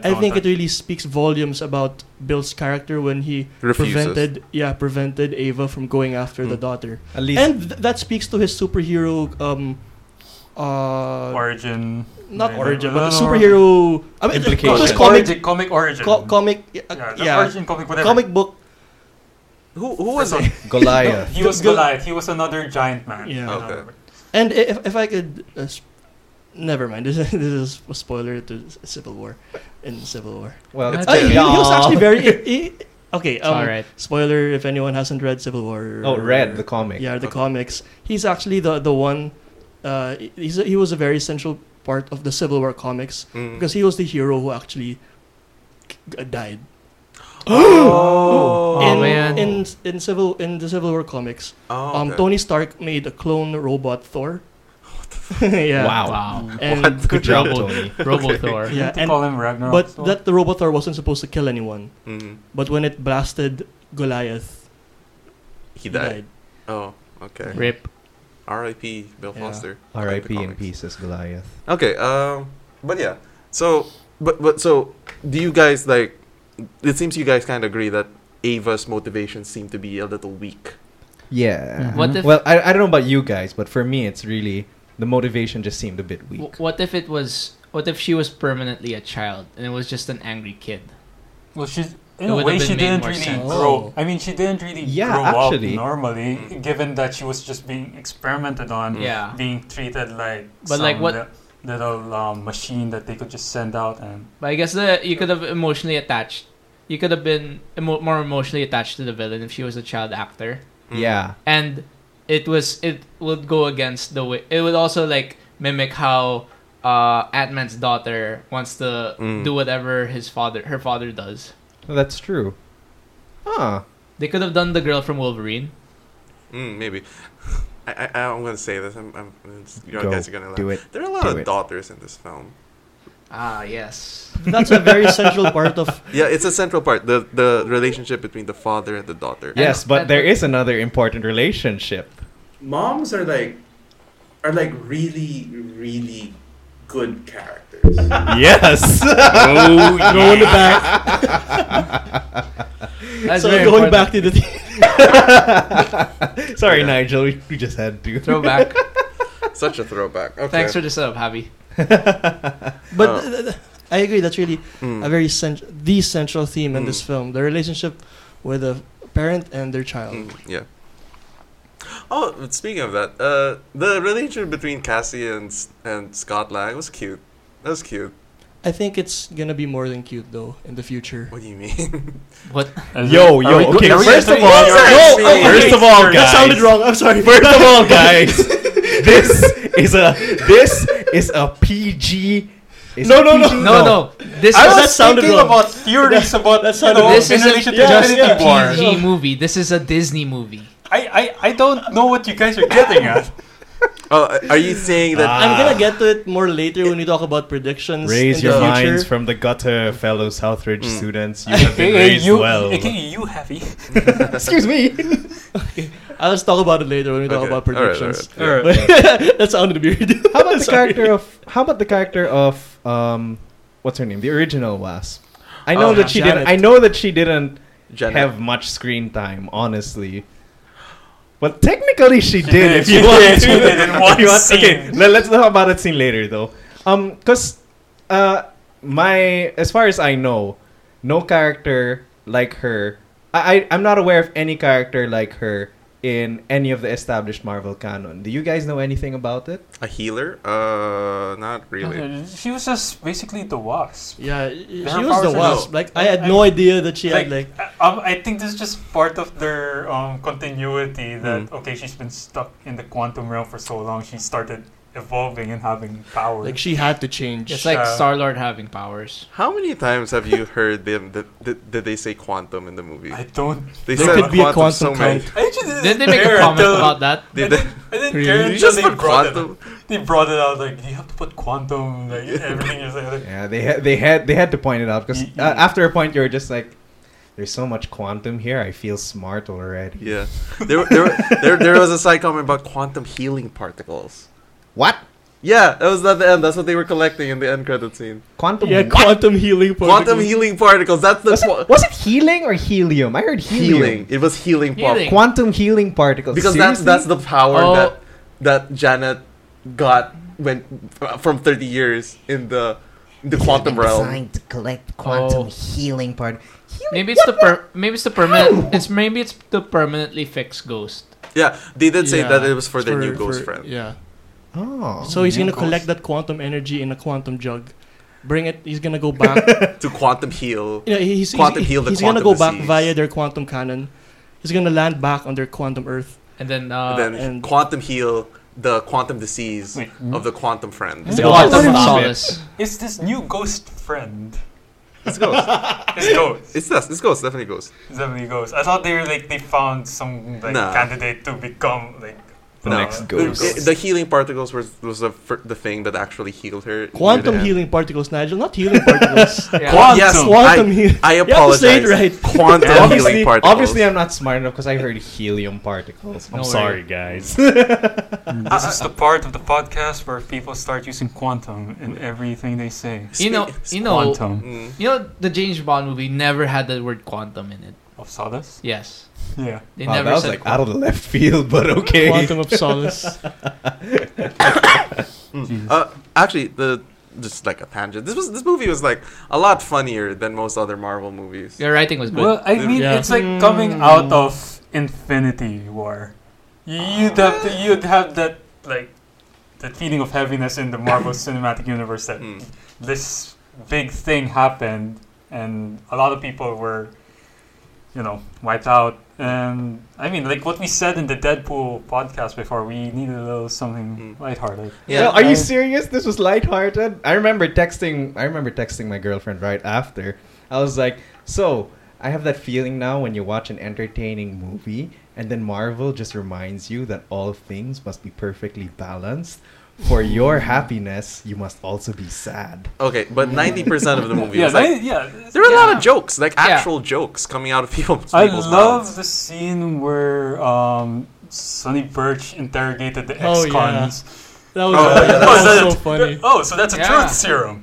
Speaker 6: I think it really speaks volumes about Bill's character when he
Speaker 5: Refuses.
Speaker 6: prevented, yeah, prevented Ava from going after the
Speaker 5: Mm.
Speaker 6: daughter,
Speaker 3: At least
Speaker 6: and th- that speaks to his superhero, um, uh,
Speaker 8: origin.
Speaker 6: not
Speaker 8: Yeah.
Speaker 6: origin,
Speaker 8: No,
Speaker 6: but the
Speaker 8: no, no.
Speaker 6: superhero. I mean, it-
Speaker 3: Implication.
Speaker 6: it was
Speaker 8: Comic,
Speaker 6: comic,
Speaker 8: origin, comic origin.
Speaker 6: co- comic, yeah,
Speaker 8: yeah, the
Speaker 6: yeah,
Speaker 8: origin comic whatever.
Speaker 6: comic book.
Speaker 5: Who who was it?
Speaker 3: Goliath.
Speaker 8: He was
Speaker 6: Go-
Speaker 8: Goliath. He was another giant man.
Speaker 6: Yeah.
Speaker 8: I don't
Speaker 5: Okay.
Speaker 8: remember.
Speaker 6: And i- if, if I could, uh, sp- never mind. This, this is a spoiler to C- Civil War, in Civil War.
Speaker 3: Well,
Speaker 7: It's
Speaker 6: Oh, he, he was
Speaker 3: Aw.
Speaker 6: actually very. he- he- okay,
Speaker 7: It's
Speaker 6: um,
Speaker 7: alright.
Speaker 6: spoiler if anyone hasn't read Civil War.
Speaker 3: Oh, Red, the comic.
Speaker 6: Yeah, the
Speaker 5: Okay.
Speaker 6: comics. He's actually the the one. Uh, he's a, he was a very central part of the Civil War comics
Speaker 5: Mm.
Speaker 6: because he was the hero who actually k- g- died.
Speaker 8: Oh,
Speaker 7: Oh,
Speaker 6: in,
Speaker 7: man.
Speaker 6: In in civil in the Civil War comics,
Speaker 5: Oh,
Speaker 6: um,
Speaker 5: okay.
Speaker 6: Tony Stark made a clone robot Thor, yeah.
Speaker 3: Wow.
Speaker 7: Wow.
Speaker 6: And
Speaker 7: Good
Speaker 3: job,
Speaker 7: Robo,
Speaker 3: Tony.
Speaker 7: Robo Thor.
Speaker 6: Yeah,
Speaker 8: They
Speaker 6: and-
Speaker 8: call him Ragnarok.
Speaker 6: but
Speaker 8: so-
Speaker 6: that the Robothor wasn't supposed to kill anyone.
Speaker 5: Mm.
Speaker 6: But when it blasted Goliath,
Speaker 5: He died. Oh, okay.
Speaker 7: Rip.
Speaker 5: R.I.P. Bill
Speaker 6: Yeah.
Speaker 5: Foster.
Speaker 3: R.I.P. in
Speaker 5: Comics.
Speaker 3: pieces, Goliath.
Speaker 5: Okay. Um. But yeah. So, but but so, do you guys like? It seems you guys kind of agree that Ava's motivations seem to be a little weak.
Speaker 6: Mm-hmm.
Speaker 3: Yeah.
Speaker 7: What if-
Speaker 3: well, I, I don't know about you guys, but for me, it's really the motivation just seemed a bit weak.
Speaker 7: W- What if it was? What if she was permanently a child and it was just an angry kid?
Speaker 8: Well, she's in
Speaker 7: It
Speaker 8: a
Speaker 7: would've
Speaker 8: way
Speaker 7: been
Speaker 8: she
Speaker 7: made
Speaker 8: didn't
Speaker 7: more
Speaker 8: really
Speaker 7: sense.
Speaker 6: Oh.
Speaker 8: grow. I mean, she didn't really
Speaker 3: Yeah,
Speaker 8: grow
Speaker 3: actually.
Speaker 8: up normally,
Speaker 9: Mm.
Speaker 8: given that she was just being experimented
Speaker 5: Mm.
Speaker 8: on,
Speaker 7: Yeah.
Speaker 8: being treated like
Speaker 7: But,
Speaker 8: some
Speaker 7: like, what-
Speaker 8: li- little um, machine that they could just send out and
Speaker 7: But I guess the you could have emotionally attached. You could have been emo- more emotionally attached to the villain if she was a child actor,
Speaker 3: Mm. Yeah.
Speaker 7: and it was it would go against the way. It would also like mimic how uh, Ant Man's daughter wants to
Speaker 5: Mm.
Speaker 7: do whatever his father her father does.
Speaker 3: Well, that's true. Huh.
Speaker 7: They could have done the girl from Wolverine.
Speaker 5: Mm, maybe. I, I I'm gonna say this. I'm, I'm it's- you
Speaker 3: Go,
Speaker 5: guys are gonna laugh.
Speaker 3: do it,
Speaker 5: There are a lot
Speaker 3: do
Speaker 5: of
Speaker 3: it.
Speaker 5: daughters in this film.
Speaker 7: Ah yes.
Speaker 6: that's a very central part of
Speaker 5: Yeah, it's a central part. The the relationship between the father and the daughter.
Speaker 7: Yeah.
Speaker 3: Yes, but there is another important relationship.
Speaker 9: moms are like are like really really good characters
Speaker 3: yes.
Speaker 6: oh, going back.
Speaker 7: That's
Speaker 6: So
Speaker 7: very
Speaker 6: going back
Speaker 7: important.
Speaker 6: to the
Speaker 3: Sorry,
Speaker 5: Yeah.
Speaker 3: Nigel. We, we just had to.
Speaker 7: throwback.
Speaker 5: Such a throwback. Okay.
Speaker 7: Thanks for the setup, Javi.
Speaker 6: but
Speaker 5: Oh.
Speaker 6: th- th- I agree that's really
Speaker 5: Mm.
Speaker 6: a very cent- the central theme in this
Speaker 5: Mm.
Speaker 6: film the relationship with a parent and their child
Speaker 5: Mm, yeah. Oh, but speaking of that, uh, the relationship between Cassie and S- and Scott Lang was cute. That was cute.
Speaker 6: I think it's gonna be more than cute though in the future
Speaker 5: What do you mean?
Speaker 7: What?
Speaker 6: Uh,
Speaker 3: Yo, yo.
Speaker 8: we go-
Speaker 3: okay,
Speaker 8: are we
Speaker 3: first of
Speaker 8: entering
Speaker 3: all,
Speaker 8: your
Speaker 3: yo,
Speaker 5: experience?
Speaker 3: first of all, guys.
Speaker 6: that sounded wrong I'm sorry
Speaker 3: First of all, guys, this is a this is a PG. is
Speaker 6: No,
Speaker 3: it
Speaker 6: no, no.
Speaker 3: PG?
Speaker 7: No, no. This
Speaker 6: I
Speaker 7: was
Speaker 6: was sounded
Speaker 8: thinking
Speaker 6: wrong.
Speaker 8: about theories about
Speaker 6: that
Speaker 8: that
Speaker 6: sounded wrong.
Speaker 7: This
Speaker 3: Oh,
Speaker 8: in
Speaker 7: isn't
Speaker 8: relation to
Speaker 6: just
Speaker 8: Infinity
Speaker 6: a
Speaker 8: War.
Speaker 6: tease.
Speaker 7: PG movie. This is a Disney movie.
Speaker 8: I, I I don't know what you guys are getting at.
Speaker 5: oh, are you saying that?
Speaker 6: I'm gonna get to it more later when we talk about predictions
Speaker 3: Raise
Speaker 6: in
Speaker 3: your
Speaker 6: the
Speaker 3: minds
Speaker 6: future. Hmm.
Speaker 3: from the gutter, fellow Southridge
Speaker 5: Mm.
Speaker 3: students. You have been
Speaker 8: AKA
Speaker 3: raised
Speaker 8: you,
Speaker 3: well.
Speaker 8: AKA you heavy.
Speaker 3: Excuse me.
Speaker 6: I'll just talk about it later when we talk
Speaker 5: Okay,
Speaker 6: about
Speaker 5: all right, all
Speaker 6: predictions.
Speaker 5: right, yeah.
Speaker 6: But that sounded weird.
Speaker 3: How about the
Speaker 6: Sorry.
Speaker 3: character of How about the character of um, what's her name? The original Wasp. I know
Speaker 5: Oh,
Speaker 3: that she
Speaker 6: Janet.
Speaker 3: didn't. I know that she didn't
Speaker 5: Janet.
Speaker 3: have much screen time, honestly. Well, technically, she, did,
Speaker 8: did.
Speaker 3: If you
Speaker 8: She
Speaker 3: want
Speaker 8: did.
Speaker 3: to,
Speaker 8: She did in
Speaker 3: If
Speaker 8: one
Speaker 3: you want-
Speaker 8: scene.
Speaker 3: Okay, let, let's talk about that scene later, though. Um, cause uh, my as far as I know, no character like her. I, I I'm not aware of any character like her in any of the established Marvel canon. Do you guys know anything about it?
Speaker 5: a healer? Uh, not really.
Speaker 8: She was just basically the wasp.
Speaker 6: Yeah, she was
Speaker 8: Her
Speaker 6: the
Speaker 8: powers are
Speaker 6: wasp.
Speaker 8: low.
Speaker 6: Like I had no idea that she had like
Speaker 8: I- um, I think this is just part of their um, continuity that
Speaker 6: Mm.
Speaker 8: okay, she's been stuck in the quantum realm for so long. She started evolving and having powers.
Speaker 6: like she had to change.
Speaker 7: It's like
Speaker 8: Uh,
Speaker 7: Star Lord having powers.
Speaker 5: How many times have you heard them? Th- th- did they say quantum in the movie?
Speaker 8: I don't.
Speaker 5: They
Speaker 6: There
Speaker 5: said
Speaker 6: could be a
Speaker 5: so
Speaker 6: quantum
Speaker 5: many.
Speaker 8: I actually didn't,
Speaker 7: Didn't they make
Speaker 8: care
Speaker 7: a comment
Speaker 8: until-
Speaker 7: about
Speaker 8: I
Speaker 7: that?
Speaker 5: Did they?
Speaker 8: didn't, I didn't care until
Speaker 5: Just
Speaker 8: they
Speaker 5: for
Speaker 8: brought it
Speaker 5: quantum.
Speaker 8: up. They brought it out like you have to put quantum like everything you say. Like,
Speaker 3: Yeah, they had they had they had to point it out because
Speaker 8: Y-
Speaker 7: Mm-hmm.
Speaker 3: uh,
Speaker 8: y-
Speaker 3: after a point you were just like, "There's so much quantum here. I feel smart already."
Speaker 5: Yeah. There, there, there, there was a side comment about quantum healing particles.
Speaker 3: What
Speaker 5: Yeah, that was at the end. That's what they were collecting in the end credit scene.
Speaker 3: quantum?
Speaker 6: yeah,
Speaker 3: what?
Speaker 6: quantum healing.
Speaker 5: Quantum
Speaker 6: particle.
Speaker 5: healing particles. That's the
Speaker 3: was,
Speaker 5: qua-
Speaker 3: it, was it healing or helium? I heard helium.
Speaker 5: healing. It was healing, pop-
Speaker 7: Healing.
Speaker 3: Quantum healing particles.
Speaker 5: because
Speaker 3: Seriously?
Speaker 5: that's that's the power
Speaker 7: Oh.
Speaker 5: that that Janet got when f- from 30 years in the the quantum realm.
Speaker 4: Designed to collect
Speaker 7: quantum Oh.
Speaker 4: healing part.
Speaker 7: Maybe it's the per- maybe it's the permanent. It's maybe it's the permanently fixed ghost.
Speaker 5: Yeah, they did say
Speaker 6: Yeah,
Speaker 5: that it was for
Speaker 6: it's
Speaker 5: their new ghost friend.
Speaker 6: Yeah.
Speaker 3: oh.
Speaker 6: So he's
Speaker 8: new
Speaker 6: gonna
Speaker 8: ghost.
Speaker 6: collect that quantum energy in a quantum jug. Bring it. He's gonna go back.
Speaker 5: To quantum heal.
Speaker 6: you know, he's he's,
Speaker 5: Quantum heal the
Speaker 6: he's gonna
Speaker 5: quantum
Speaker 6: go back
Speaker 5: disease.
Speaker 6: via their quantum cannon. He's gonna land back on their quantum Earth.
Speaker 7: And then, uh,
Speaker 5: then
Speaker 6: and- mm-hmm.
Speaker 5: quantum heal the quantum disease
Speaker 8: Wait.
Speaker 5: of the quantum friend.
Speaker 7: the
Speaker 3: They all
Speaker 7: Quantum of
Speaker 3: stop
Speaker 7: Solace.
Speaker 8: Is this new ghost friend?
Speaker 5: It's ghost.
Speaker 8: It's ghost.
Speaker 5: It's this. It's ghost. Definitely ghost.
Speaker 8: It's definitely ghost. I thought they were like they found some like
Speaker 5: Nah.
Speaker 8: candidate to become like
Speaker 3: the
Speaker 5: No.
Speaker 3: next ghost.
Speaker 5: The, the healing particles was was the fir- the thing that actually healed her.
Speaker 6: Quantum
Speaker 5: Yeah.
Speaker 6: healing particles, Nigel, not healing particles.
Speaker 8: Quantum.
Speaker 5: Yes,
Speaker 6: Quantum
Speaker 5: I,
Speaker 6: heal-
Speaker 5: I
Speaker 6: You have to
Speaker 5: apologize.
Speaker 6: say it right.
Speaker 5: Quantum
Speaker 3: obviously,
Speaker 5: healing particles.
Speaker 3: obviously, I'm not smart enough because I heard helium particles. I'm
Speaker 7: No
Speaker 3: sorry,
Speaker 7: worry.
Speaker 3: guys.
Speaker 8: This is the part of the podcast where people start using quantum in everything they say.
Speaker 7: You know,
Speaker 5: Spe-
Speaker 7: you know,
Speaker 8: Quantum.
Speaker 5: Mm.
Speaker 7: you know, the James Bond movie never had the word quantum in it.
Speaker 8: Of sawdust?
Speaker 7: Yes,
Speaker 8: Yeah.
Speaker 7: they
Speaker 3: Wow,
Speaker 7: never
Speaker 3: that was
Speaker 7: said
Speaker 3: like
Speaker 7: quantum.
Speaker 3: out of the left field, but okay.
Speaker 6: Quantum of solace.
Speaker 5: Uh, actually, the just like a tangent. This was this movie was like a lot funnier than most other Marvel movies.
Speaker 7: Your writing was good.
Speaker 8: Well, I mean,
Speaker 6: Yeah.
Speaker 8: it's like coming out of Infinity War. You- You'd have to, you'd have that like that feeling of heaviness in the Marvel Cinematic Universe that
Speaker 3: Hmm.
Speaker 5: Mm.
Speaker 8: this big thing happened and a lot of people were, you know, wiped out. And I mean, like what we said in the Deadpool podcast before, we needed a little something
Speaker 5: Mm.
Speaker 8: lighthearted.
Speaker 3: No,
Speaker 5: Yeah.
Speaker 3: are you
Speaker 8: I-
Speaker 3: serious? This was lighthearted. I remember texting. I remember texting my girlfriend right after. I was like, "So I have that feeling now when you watch an entertaining movie, and then Marvel just reminds you that all things must be perfectly balanced. For your happiness, you must also be sad."
Speaker 5: Okay, but ninety percent of the movie
Speaker 8: Yeah,
Speaker 5: was like
Speaker 8: they- yeah.
Speaker 5: there were a lot
Speaker 7: Yeah.
Speaker 5: of jokes, like
Speaker 7: Yeah.
Speaker 5: actual jokes coming out of people. people's
Speaker 8: I love
Speaker 5: mouths.
Speaker 8: the scene where um, Sonny Birch interrogated the
Speaker 6: Oh,
Speaker 8: ex-cons.
Speaker 6: That was,
Speaker 5: Oh, yeah,
Speaker 6: that
Speaker 5: that
Speaker 6: was
Speaker 8: that's-
Speaker 6: so funny.
Speaker 8: Oh, so that's a
Speaker 7: Yeah.
Speaker 8: truth serum.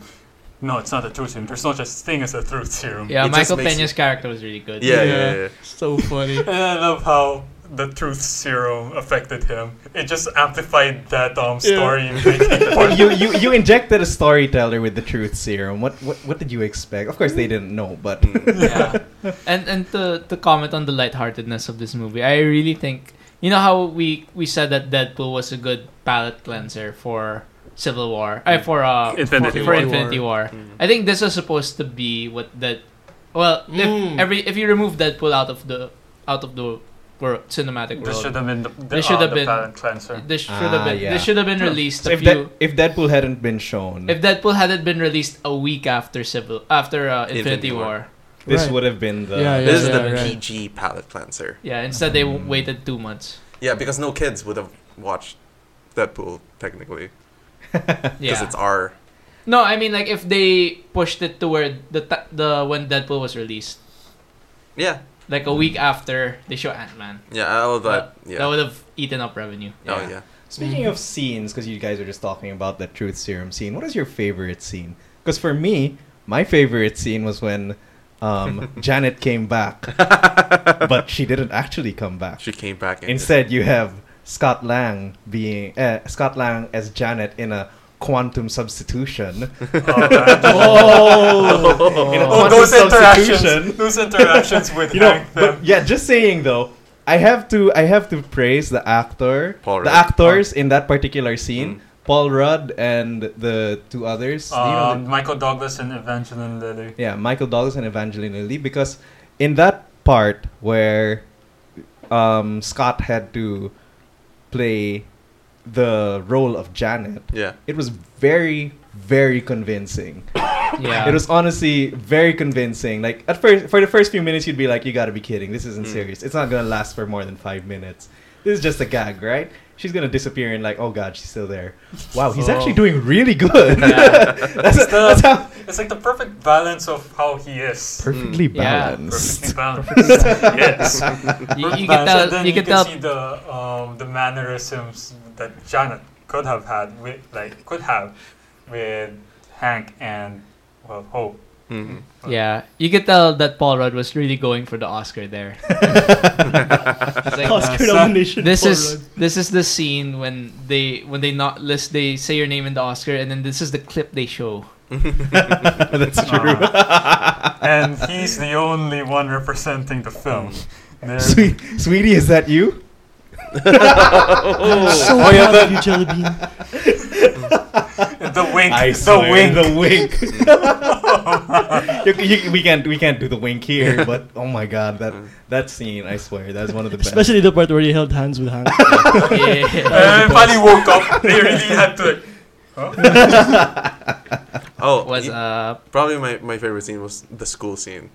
Speaker 8: No, it's not a truth serum. There's no such thing as a truth serum.
Speaker 7: yeah,
Speaker 5: it just
Speaker 7: Michael
Speaker 5: makes
Speaker 7: Pena's character was really good.
Speaker 5: Yeah, yeah,
Speaker 6: Yeah.
Speaker 5: yeah. yeah.
Speaker 6: So funny.
Speaker 8: And I love how the truth serum affected him. It just amplified that um,
Speaker 6: Yeah.
Speaker 8: story. making part.
Speaker 3: you, you you injected a storyteller with the truth serum. What what what did you expect? Of course, they didn't know, but
Speaker 7: yeah. And and to, to comment on the lightheartedness of this movie, I really think you know how we we said that Deadpool was a good palate cleanser for Civil War, uh, for uh
Speaker 5: Infinity
Speaker 7: for, for
Speaker 5: War.
Speaker 7: Infinity War. I think this is supposed to be what that. Well, if
Speaker 6: Mm.
Speaker 7: every if you remove Deadpool out of the out of the world, cinematic
Speaker 8: This should
Speaker 7: world,
Speaker 8: have been the, the,
Speaker 7: They should
Speaker 8: uh,
Speaker 7: have
Speaker 8: the
Speaker 7: been-
Speaker 8: palate cleanser.
Speaker 7: this should
Speaker 3: Ah,
Speaker 7: have been
Speaker 3: yeah.
Speaker 7: this should have been released
Speaker 3: so
Speaker 7: a
Speaker 3: if
Speaker 7: few.
Speaker 3: that if Deadpool hadn't been shown,
Speaker 7: if Deadpool hadn't been released a week after Civil after uh, Infinity,
Speaker 5: Infinity War.
Speaker 7: War.
Speaker 3: this
Speaker 6: Right.
Speaker 3: would have been the
Speaker 6: Yeah,
Speaker 5: This is
Speaker 6: yeah,
Speaker 5: the
Speaker 6: right.
Speaker 5: PG palette cleanser.
Speaker 7: yeah, instead they w- waited two months.
Speaker 5: Yeah, because no kids would have watched Deadpool technically because
Speaker 7: Yeah,
Speaker 5: it's R.
Speaker 7: No, I mean like if they pushed it to where the ta- the when Deadpool was released,
Speaker 5: Yeah,
Speaker 7: like a week after they show Ant Man,
Speaker 5: yeah, all of that.
Speaker 7: that
Speaker 5: Yeah.
Speaker 7: would have eaten up revenue.
Speaker 5: Oh yeah.
Speaker 3: Speaking
Speaker 8: Mm-hmm.
Speaker 3: of scenes, because you guys are just talking about the truth serum scene, what is your favorite scene? Because for me, my favorite scene was when um, Janet came back, but she didn't actually come back.
Speaker 5: She came back and
Speaker 3: Instead, you have Scott Lang being uh, Scott Lang as Janet in a quantum substitution.
Speaker 5: Oh.
Speaker 3: in a
Speaker 8: Oh,
Speaker 3: quantum
Speaker 8: those
Speaker 3: substitution.
Speaker 8: interactions, those interactions with
Speaker 3: You know,
Speaker 8: Hank,
Speaker 3: but
Speaker 8: them.
Speaker 3: yeah, just saying though, I have to I have to praise the actor,
Speaker 5: Paul Mm.
Speaker 3: the
Speaker 5: Rudd.
Speaker 3: actors in that particular scene, Paul Rudd and the two others. you know,
Speaker 8: Um, Michael Douglas and Evangeline Lilly.
Speaker 3: Yeah, Michael Douglas and Evangelina Lee because in that part where um, Scott had to play the role of Janet,
Speaker 5: Yeah.
Speaker 3: it was very very convincing.
Speaker 7: Yeah,
Speaker 3: It was honestly very convincing. Like at first for the first few minutes you'd be like you got to be kidding. This isn't
Speaker 5: Mm.
Speaker 3: serious. It's not going to last for more than 5 minutes. This is just a gag, right? She's going to disappear and like, "Oh god, she's still there." Wow, he's
Speaker 7: Oh.
Speaker 3: actually doing really good.
Speaker 7: Yeah.
Speaker 3: that's,
Speaker 8: It's the-
Speaker 3: that's how
Speaker 8: It's like the perfect balance of how he is.
Speaker 3: perfectly
Speaker 7: Yeah.
Speaker 3: balanced.
Speaker 8: Perfectly balanced. yes.
Speaker 7: you, you
Speaker 8: But
Speaker 7: can tell.
Speaker 8: then
Speaker 7: You can tell.
Speaker 8: see the um, the mannerisms that Janet could have had with like could have with Hank and well Hope.
Speaker 5: Mhm.
Speaker 7: Yeah, you can tell that Paul Rudd was really going for the Oscar there. It's like,
Speaker 6: Oscar
Speaker 8: so
Speaker 6: nomination.
Speaker 7: this
Speaker 6: Paul
Speaker 7: is
Speaker 6: Rudd.
Speaker 7: this is the scene when they when they not list they say your name in the Oscar and then this is the clip they show.
Speaker 3: That's true.
Speaker 8: Uh, and he's the only one representing the film. There-
Speaker 3: Sweet, sweetie, is that you?
Speaker 6: I'm so
Speaker 8: Oh, yeah,
Speaker 6: proud of you, Jellybean.
Speaker 8: the wink, the
Speaker 3: swear,
Speaker 8: wink.
Speaker 3: the wink. You- you- we can't, we can't do the wink here. But oh my god, that that scene! I swear, that's one of the best.
Speaker 6: Especially the part where he held hands with Hank.
Speaker 7: Yeah.
Speaker 8: and when he woke up, they really had to. Like,
Speaker 5: Oh,
Speaker 7: What's
Speaker 5: you-
Speaker 7: up?
Speaker 5: probably my, my favorite scene was the school scene.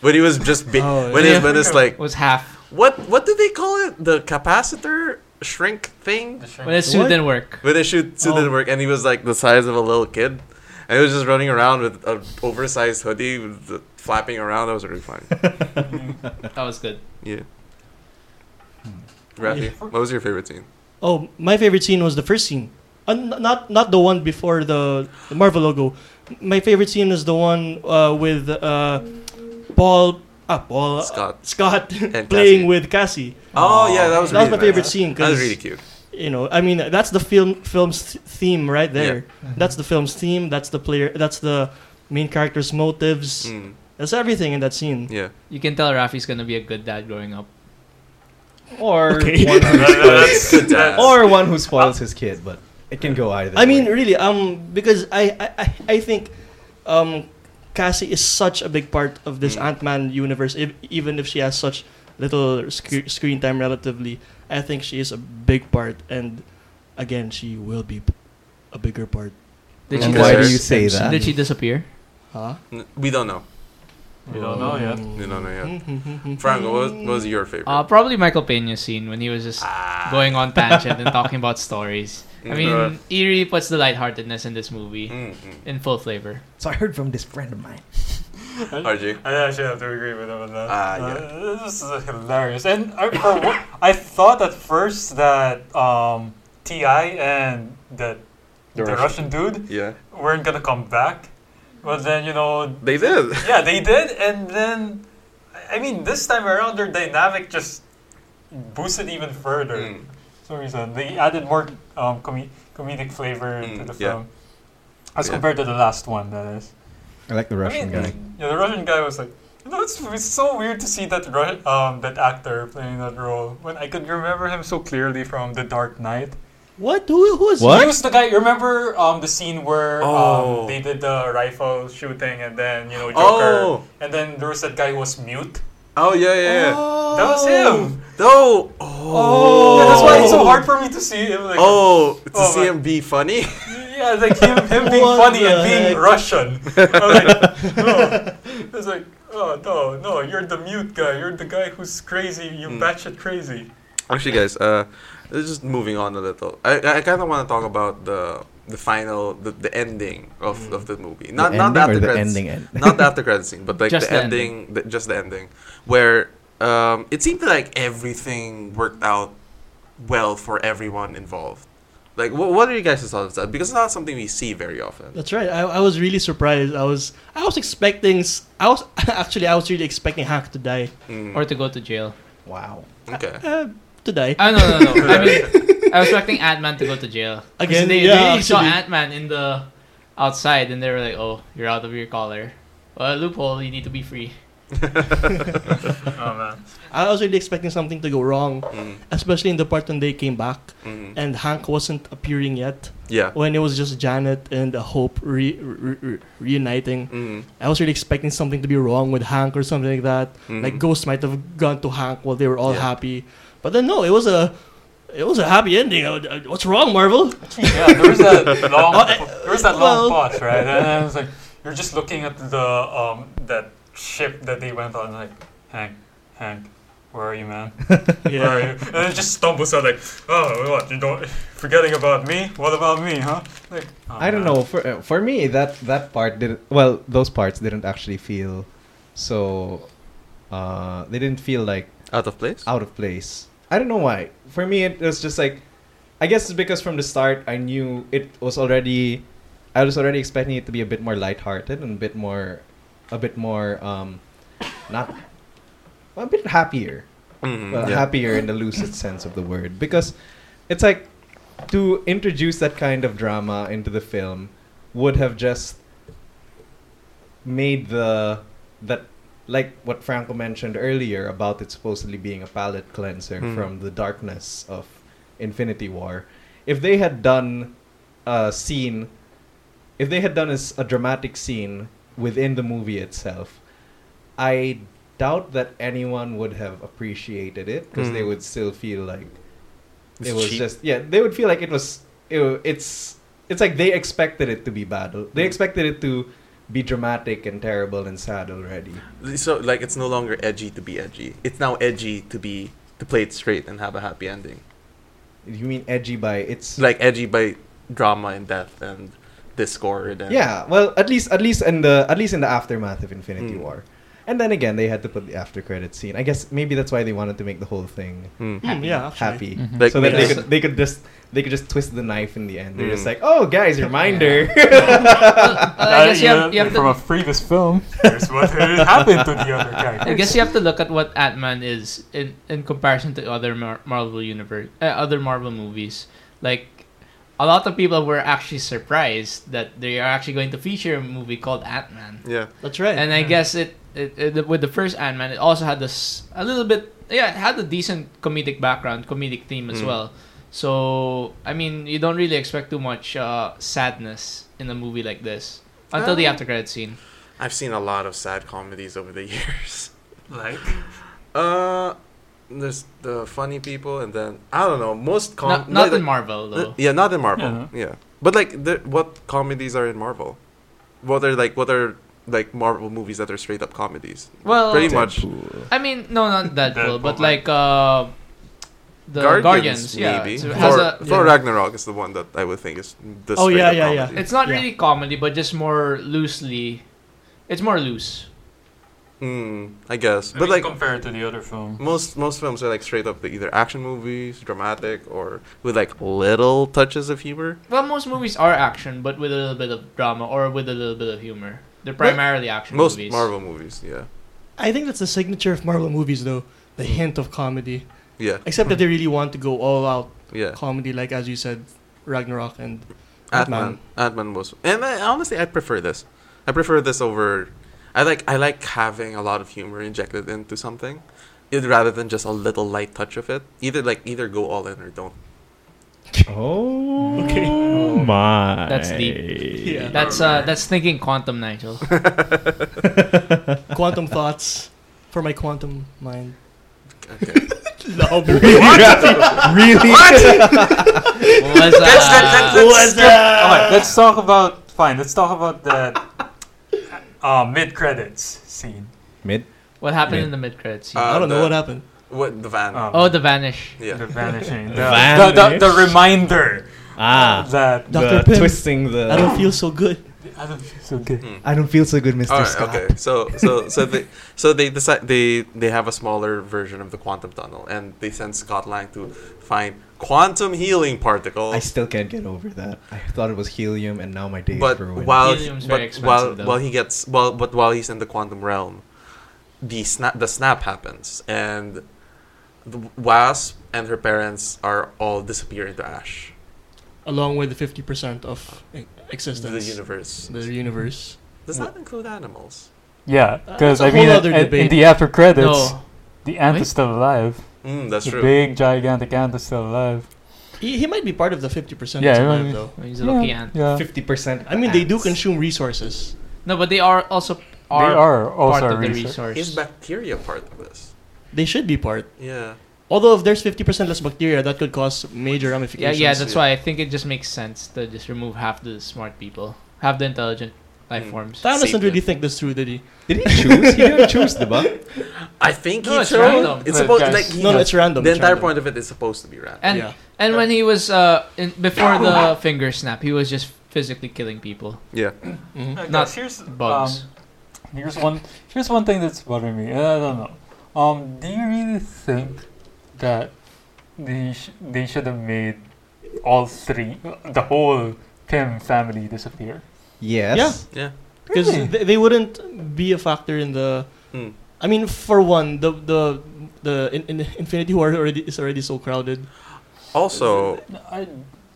Speaker 5: When he was just ba-
Speaker 6: Oh,
Speaker 5: when
Speaker 7: yeah.
Speaker 5: it, when it's like
Speaker 7: Was half
Speaker 5: what what do they call it the capacitor shrink thing
Speaker 7: When his suit
Speaker 6: What?
Speaker 7: didn't work.
Speaker 5: where they shoot Sue
Speaker 6: Oh.
Speaker 5: didn't work and he was like the size of a little kid. And he was just running around with an oversized hoodie, with the- flapping around. That was really fun.
Speaker 7: That was good.
Speaker 5: Yeah. Rafi, what was your favorite scene?
Speaker 6: Oh, my favorite scene was the first scene. Uh, n- not not the one before the the Marvel logo. My favorite scene is the one uh, with uh, Paul ah, Paul uh,
Speaker 5: Scott.
Speaker 6: Scott
Speaker 5: And Cassie.
Speaker 6: playing with Cassie.
Speaker 5: Oh, yeah, that was
Speaker 6: That was
Speaker 5: really
Speaker 6: my
Speaker 5: nice.
Speaker 6: favorite scene
Speaker 5: That was
Speaker 6: because
Speaker 5: really cute.
Speaker 6: you know I mean that's the film film's th- theme right there. That's the film's theme. That's the player. That's the main character's motives.
Speaker 5: Mm,
Speaker 6: That's everything in that scene.
Speaker 5: yeah.
Speaker 7: You can tell Rafi's gonna be a good dad growing up.
Speaker 3: Or
Speaker 6: Okay.
Speaker 3: one who spoils,
Speaker 5: Good dad.
Speaker 3: or one who spoils his kid, but it can go either.
Speaker 6: I mean,
Speaker 3: way.
Speaker 6: really, um, because I, I, I- I think, um, Cassie is such a big part of this
Speaker 5: Mm.
Speaker 6: Ant-Man universe. If, even if she has such little sc- screen time, relatively, I think she is a big part, and again, she will be p- a bigger part.
Speaker 7: Did she
Speaker 3: And
Speaker 5: Okay.
Speaker 3: why
Speaker 7: dis-
Speaker 3: do you say that?
Speaker 7: Did she disappear?
Speaker 6: Huh?
Speaker 5: N- We don't know.
Speaker 8: We don't know yet.
Speaker 5: We don't know yet.
Speaker 6: Mm-hmm.
Speaker 5: Franco, what was, what was your favorite? Ah.
Speaker 7: Uh, probably Michael Pena scene when he was just going on tangent and talking about stories. I mean,
Speaker 5: Yeah.
Speaker 7: Eerie puts the lightheartedness in this movie
Speaker 5: Mm, mm.
Speaker 7: in full flavor.
Speaker 3: So I heard from this friend of mine.
Speaker 5: RG.
Speaker 8: I actually have to agree with him on that.
Speaker 5: Ah, yeah.
Speaker 8: Uh, this is hilarious. And I, for what, I thought at first that um, Ti and the the, Russian. dude
Speaker 5: Yeah.
Speaker 8: weren't gonna come back, but then you know,
Speaker 5: They did.
Speaker 8: yeah, they did. And then, I- I mean, this time around, their dynamic just boosted even further.
Speaker 5: Mm.
Speaker 8: some reason they added more um, com- comedic flavor to
Speaker 5: Mm,
Speaker 8: the
Speaker 5: yeah.
Speaker 8: film as
Speaker 5: Yeah.
Speaker 8: compared to the last one. That is.
Speaker 3: I like the Russian
Speaker 8: I mean,
Speaker 3: guy.
Speaker 8: Yeah, the Russian guy was like, you know, it's, it's so weird to see that Ru- um that actor playing that role when I could remember him so clearly from The Dark Knight.
Speaker 6: What? Who? Who is?
Speaker 8: He was the guy. you Remember um the scene where
Speaker 5: Oh.
Speaker 8: um, they did the rifle shooting and then you know Joker
Speaker 5: Oh.
Speaker 8: and then there was that guy who was mute.
Speaker 5: Oh, yeah, yeah, yeah.
Speaker 8: That was him.
Speaker 5: No. Oh.
Speaker 8: Yeah, that's why it's so hard for me to see him. Like,
Speaker 5: Oh, to
Speaker 8: Oh,
Speaker 5: see
Speaker 8: my-
Speaker 5: him be funny?
Speaker 8: Yeah, it's like him, him being
Speaker 6: What
Speaker 8: funny
Speaker 6: the
Speaker 8: and being
Speaker 6: heck?
Speaker 8: Russian. I'm like, no. It's like, oh no, no, you're the mute guy. You're the guy who's crazy. You batshit crazy.
Speaker 5: Actually, guys, uh, let's just moving on a little. I I kind of want to talk about the the final the, the ending of,
Speaker 8: Mm.
Speaker 5: of the movie. Not not
Speaker 3: ending
Speaker 5: after
Speaker 3: or the
Speaker 5: credits,
Speaker 3: ending end?
Speaker 5: not the after credits scene, but like
Speaker 7: Just
Speaker 5: the
Speaker 7: the
Speaker 5: ending, the, just the ending, where um, it seemed like everything worked out well for everyone involved. Like, wh- what are you guys' thoughts on that? Because it's not something we see very often.
Speaker 6: That's right. I, I was really surprised. I was I was expecting. s- I was actually I was really expecting Hack to die.
Speaker 5: Mm,
Speaker 7: Or to go to jail.
Speaker 3: Wow.
Speaker 5: okay.
Speaker 6: Uh, to die.
Speaker 7: Oh, no, no, no. I mean, I was expecting Ant Man to go to jail. 'Cause
Speaker 6: Again,
Speaker 7: they,
Speaker 6: yeah,
Speaker 7: they saw
Speaker 6: actually.
Speaker 7: Ant Man in the outside and they were like, oh, you're out of your collar. Well, loophole, you need to be free.
Speaker 8: Oh man.
Speaker 6: I was really expecting something to go wrong,
Speaker 5: Mm,
Speaker 6: especially in the part when they came back
Speaker 5: mm,
Speaker 6: and Hank wasn't appearing yet.
Speaker 5: yeah.
Speaker 6: When it was just Janet and uh, Hope re- re- re- reuniting,
Speaker 5: Mm,
Speaker 6: I was really expecting something to be wrong with Hank or something like that. Like
Speaker 5: mhm.
Speaker 6: Ghost might have gone to Hank while they were all
Speaker 5: Yeah.
Speaker 6: happy, but then no, it was a it was a happy ending. I would- I- What's wrong, Marvel?
Speaker 8: Yeah, there was that long, there was that
Speaker 6: well-
Speaker 8: long pause, right? And I was like, you're just looking at the um that ship that they went on, like, Hank, Hank. Where are you, man? Where are you?
Speaker 6: Yeah,
Speaker 8: And then it just stumbles out like, oh, what? You don't forgetting about me? What about me, huh? Like, oh,
Speaker 3: I don't
Speaker 8: man.
Speaker 3: know. For uh, for me, that that part didn't. Well, those parts didn't actually feel so. Uh, they didn't feel like
Speaker 5: Out of place.
Speaker 3: out uh, of place. I don't know why. For me, it was just like, I guess it's because from the start I knew it was already, I was already expecting it to be a bit more lighthearted and a bit more, a bit more, um, not, a bit happier,
Speaker 5: Mhm,
Speaker 3: well,
Speaker 5: yeah.
Speaker 3: happier in the loosest sense of the word. Because, it's like, to introduce that kind of drama into the film would have just made the that like what Franco mentioned earlier about it supposedly being a palate cleanser
Speaker 5: Mm.
Speaker 3: from the darkness of Infinity War. If they had done a scene, if they had done a, s- a dramatic scene within the movie itself, I doubt that anyone would have appreciated it because they
Speaker 5: Mm.
Speaker 3: would still feel like
Speaker 5: It's
Speaker 3: it was
Speaker 5: cheap.
Speaker 3: just yeah they would feel like it was it, wa- it's it's like they expected it to be bad
Speaker 5: Hmm.
Speaker 3: they expected it to be dramatic and terrible and sad already
Speaker 5: so like it's no longer edgy to be edgy. It's now edgy to be to play it straight and have a happy ending.
Speaker 3: You mean edgy by it's
Speaker 5: like edgy by drama and death and discord and
Speaker 3: yeah. Well, at least at least in the at least in the aftermath of Infinity
Speaker 5: Mm.
Speaker 3: War, and then again they had to put the after credit scene. I guess maybe that's why they wanted to make the whole thing
Speaker 5: Mm.
Speaker 6: Mm, yeah, actually.
Speaker 3: happy,
Speaker 5: Mhm. Like,
Speaker 3: so that they
Speaker 5: because-
Speaker 3: could they could just they could just twist the knife in the end. They're just
Speaker 5: Mm.
Speaker 3: like, oh guys, reminder.
Speaker 7: I guess you have, you have
Speaker 8: Uh, from
Speaker 7: to.
Speaker 8: a previous film. Here's what happened to the other
Speaker 7: I
Speaker 8: characters.
Speaker 7: guess you have to look at what Ant Man is in, in comparison to other Mar- Marvel universe, uh, other Marvel movies. Like, a lot of people were actually surprised that they are actually going to feature a movie called Ant Man.
Speaker 5: yeah
Speaker 6: That's right.
Speaker 7: And I guess it, it, it with the first Ant Man, it also had this a little bit. Yeah, it had a decent comedic background, comedic theme as
Speaker 5: Mm.
Speaker 7: well. So I mean, you don't really expect too much uh, sadness in a movie like this until the after credit scene.
Speaker 5: i've seen a lot of sad comedies over the years
Speaker 8: Like,
Speaker 5: uh there's the funny people and then i don't know most com-
Speaker 7: not not
Speaker 5: like-
Speaker 7: in Marvel though.
Speaker 5: yeah not in marvel
Speaker 8: Yeah.
Speaker 5: yeah, but like the, what comedies are in marvel what are like what are like marvel movies that are straight up comedies
Speaker 7: Well,
Speaker 5: pretty much
Speaker 7: I mean, no, not Deadpool,
Speaker 8: Deadpool,
Speaker 7: but
Speaker 8: man.
Speaker 7: like uh, the Guardians. yeah,
Speaker 5: maybe.
Speaker 7: so it has
Speaker 5: Thor,
Speaker 7: a-
Speaker 5: Thor
Speaker 6: yeah.
Speaker 5: Ragnarok is the one that I would think is the
Speaker 6: Oh, yeah,
Speaker 5: straight-up
Speaker 6: yeah, yeah.
Speaker 5: comedy.
Speaker 7: it's not
Speaker 6: Yeah.
Speaker 7: really comedy, but just more loosely. It's more loose.
Speaker 5: Mm, I guess,
Speaker 8: I
Speaker 5: but
Speaker 8: mean,
Speaker 5: like
Speaker 8: compared to the other film.
Speaker 5: most most films are like straight up either action movies, dramatic, or with like little touches of humor.
Speaker 7: Well, most movies are action, but with a little bit of drama or with a little bit of humor. They're primarily action
Speaker 5: Most
Speaker 7: movies.
Speaker 5: Marvel movies, yeah,
Speaker 6: I think that's the signature of Marvel movies, though. The hint of comedy.
Speaker 5: yeah,
Speaker 6: Except that they really want to go all out
Speaker 5: yeah.
Speaker 6: comedy, like as you said, Ragnarok and
Speaker 5: Ant-Man. Ant-Man was, and I, honestly, I prefer this. I prefer this over. I like I like having a lot of humor injected into something, it, rather than just a little light touch of it. Either like either go all in or don't.
Speaker 3: oh my.
Speaker 7: That's deep.
Speaker 6: Yeah.
Speaker 7: That's uh, that's thinking quantum, Nigel.
Speaker 6: Quantum Thoughts for my quantum mind.
Speaker 5: Okay.
Speaker 6: Love.
Speaker 3: really?
Speaker 7: Was, uh,
Speaker 8: Let's, okay, let's talk about fine. Let's talk about the uh, mid credits scene.
Speaker 3: Mid.
Speaker 7: what happened in the mid credits? scene?
Speaker 5: Uh,
Speaker 6: I don't know
Speaker 5: the-
Speaker 6: what happened.
Speaker 5: what the van?
Speaker 8: Um,
Speaker 7: oh, the vanish.
Speaker 5: yeah.
Speaker 8: the vanishing, the,
Speaker 3: Vanish.
Speaker 8: The, the, the reminder
Speaker 3: Ah.
Speaker 8: that
Speaker 6: Dr.
Speaker 3: The
Speaker 6: Pym.
Speaker 3: twisting the.
Speaker 6: I don't feel so good.
Speaker 8: I don't feel so good.
Speaker 3: I don't feel so good, Mr.
Speaker 5: All right.
Speaker 3: Scott.
Speaker 5: Okay. So so so they so they decide they they have a smaller version of the quantum tunnel, and they send Scott Lang to find quantum healing
Speaker 3: I
Speaker 5: particles.
Speaker 3: still can't get over that. I thought it was helium, and now my day
Speaker 5: But
Speaker 3: is ruined.
Speaker 5: while
Speaker 7: Helium's very
Speaker 5: but
Speaker 7: expensive,
Speaker 5: while
Speaker 7: though.
Speaker 5: while he gets well, but while he's in the quantum realm, the snap the snap happens, and the Wasp and her parents are all disappear into ash.
Speaker 6: Along with the fifty percent of e-
Speaker 5: The
Speaker 6: existence,
Speaker 5: universe
Speaker 6: the universe.
Speaker 5: does that include animals?
Speaker 8: Yeah,
Speaker 6: Uh,
Speaker 8: because
Speaker 6: that's a
Speaker 8: I mean,
Speaker 6: whole
Speaker 8: at-
Speaker 6: other
Speaker 8: at- in
Speaker 6: debate.
Speaker 8: the after credits,
Speaker 7: No,
Speaker 8: the ant
Speaker 7: Wait.
Speaker 8: is still alive.
Speaker 5: Mm, that's
Speaker 8: the
Speaker 5: true.
Speaker 8: big gigantic ant is still alive.
Speaker 6: He, he might be part of the fifty percent.
Speaker 8: Yeah,
Speaker 6: Yeah,
Speaker 8: I mean-
Speaker 6: though.
Speaker 7: he's a lucky ant.
Speaker 8: Yeah,
Speaker 3: fifty percent.
Speaker 6: I mean, they do consume resources.
Speaker 7: No, but they are also are,
Speaker 8: they are
Speaker 7: part
Speaker 8: also
Speaker 7: of the
Speaker 8: research.
Speaker 7: resource.
Speaker 5: Is bacteria part of this?
Speaker 6: They should be part.
Speaker 5: Yeah.
Speaker 6: Although, if there's fifty percent less bacteria, that could cause major
Speaker 7: yeah,
Speaker 6: ramifications.
Speaker 7: yeah. That's why I think it just makes sense to just remove half the smart people, half the intelligent life
Speaker 5: Mm.
Speaker 7: forms.
Speaker 6: Thanos
Speaker 5: Save
Speaker 6: didn't really
Speaker 5: them.
Speaker 6: think this through, did he?
Speaker 3: Did he choose? He didn't choose the bug.
Speaker 5: I think he
Speaker 7: No, it's
Speaker 5: chose.
Speaker 7: random.
Speaker 5: It's
Speaker 8: Uh,
Speaker 5: supposed
Speaker 8: guys.
Speaker 5: like he-
Speaker 6: No, no, it's random.
Speaker 5: the
Speaker 6: it's
Speaker 5: entire
Speaker 6: random.
Speaker 5: point of it is supposed to be random.
Speaker 7: And
Speaker 6: Yeah.
Speaker 7: and when he was uh in, before the finger snap, he was just physically killing people. Mm-hmm.
Speaker 5: yeah.
Speaker 8: Uh,
Speaker 7: Not
Speaker 8: guys, here's,
Speaker 7: Bugs.
Speaker 8: um, here's one. Here's one thing that's bothering me. and I don't know. Um, do you really think that they sh- they should have made all three, the whole Pym family disappear?
Speaker 3: Yes.
Speaker 5: Yeah.
Speaker 6: because
Speaker 8: Really?
Speaker 6: they, they wouldn't be a factor in the.
Speaker 5: Hmm.
Speaker 6: I mean, for one, the the the in, in Infinity War already is already so crowded.
Speaker 5: Also,
Speaker 8: No, I,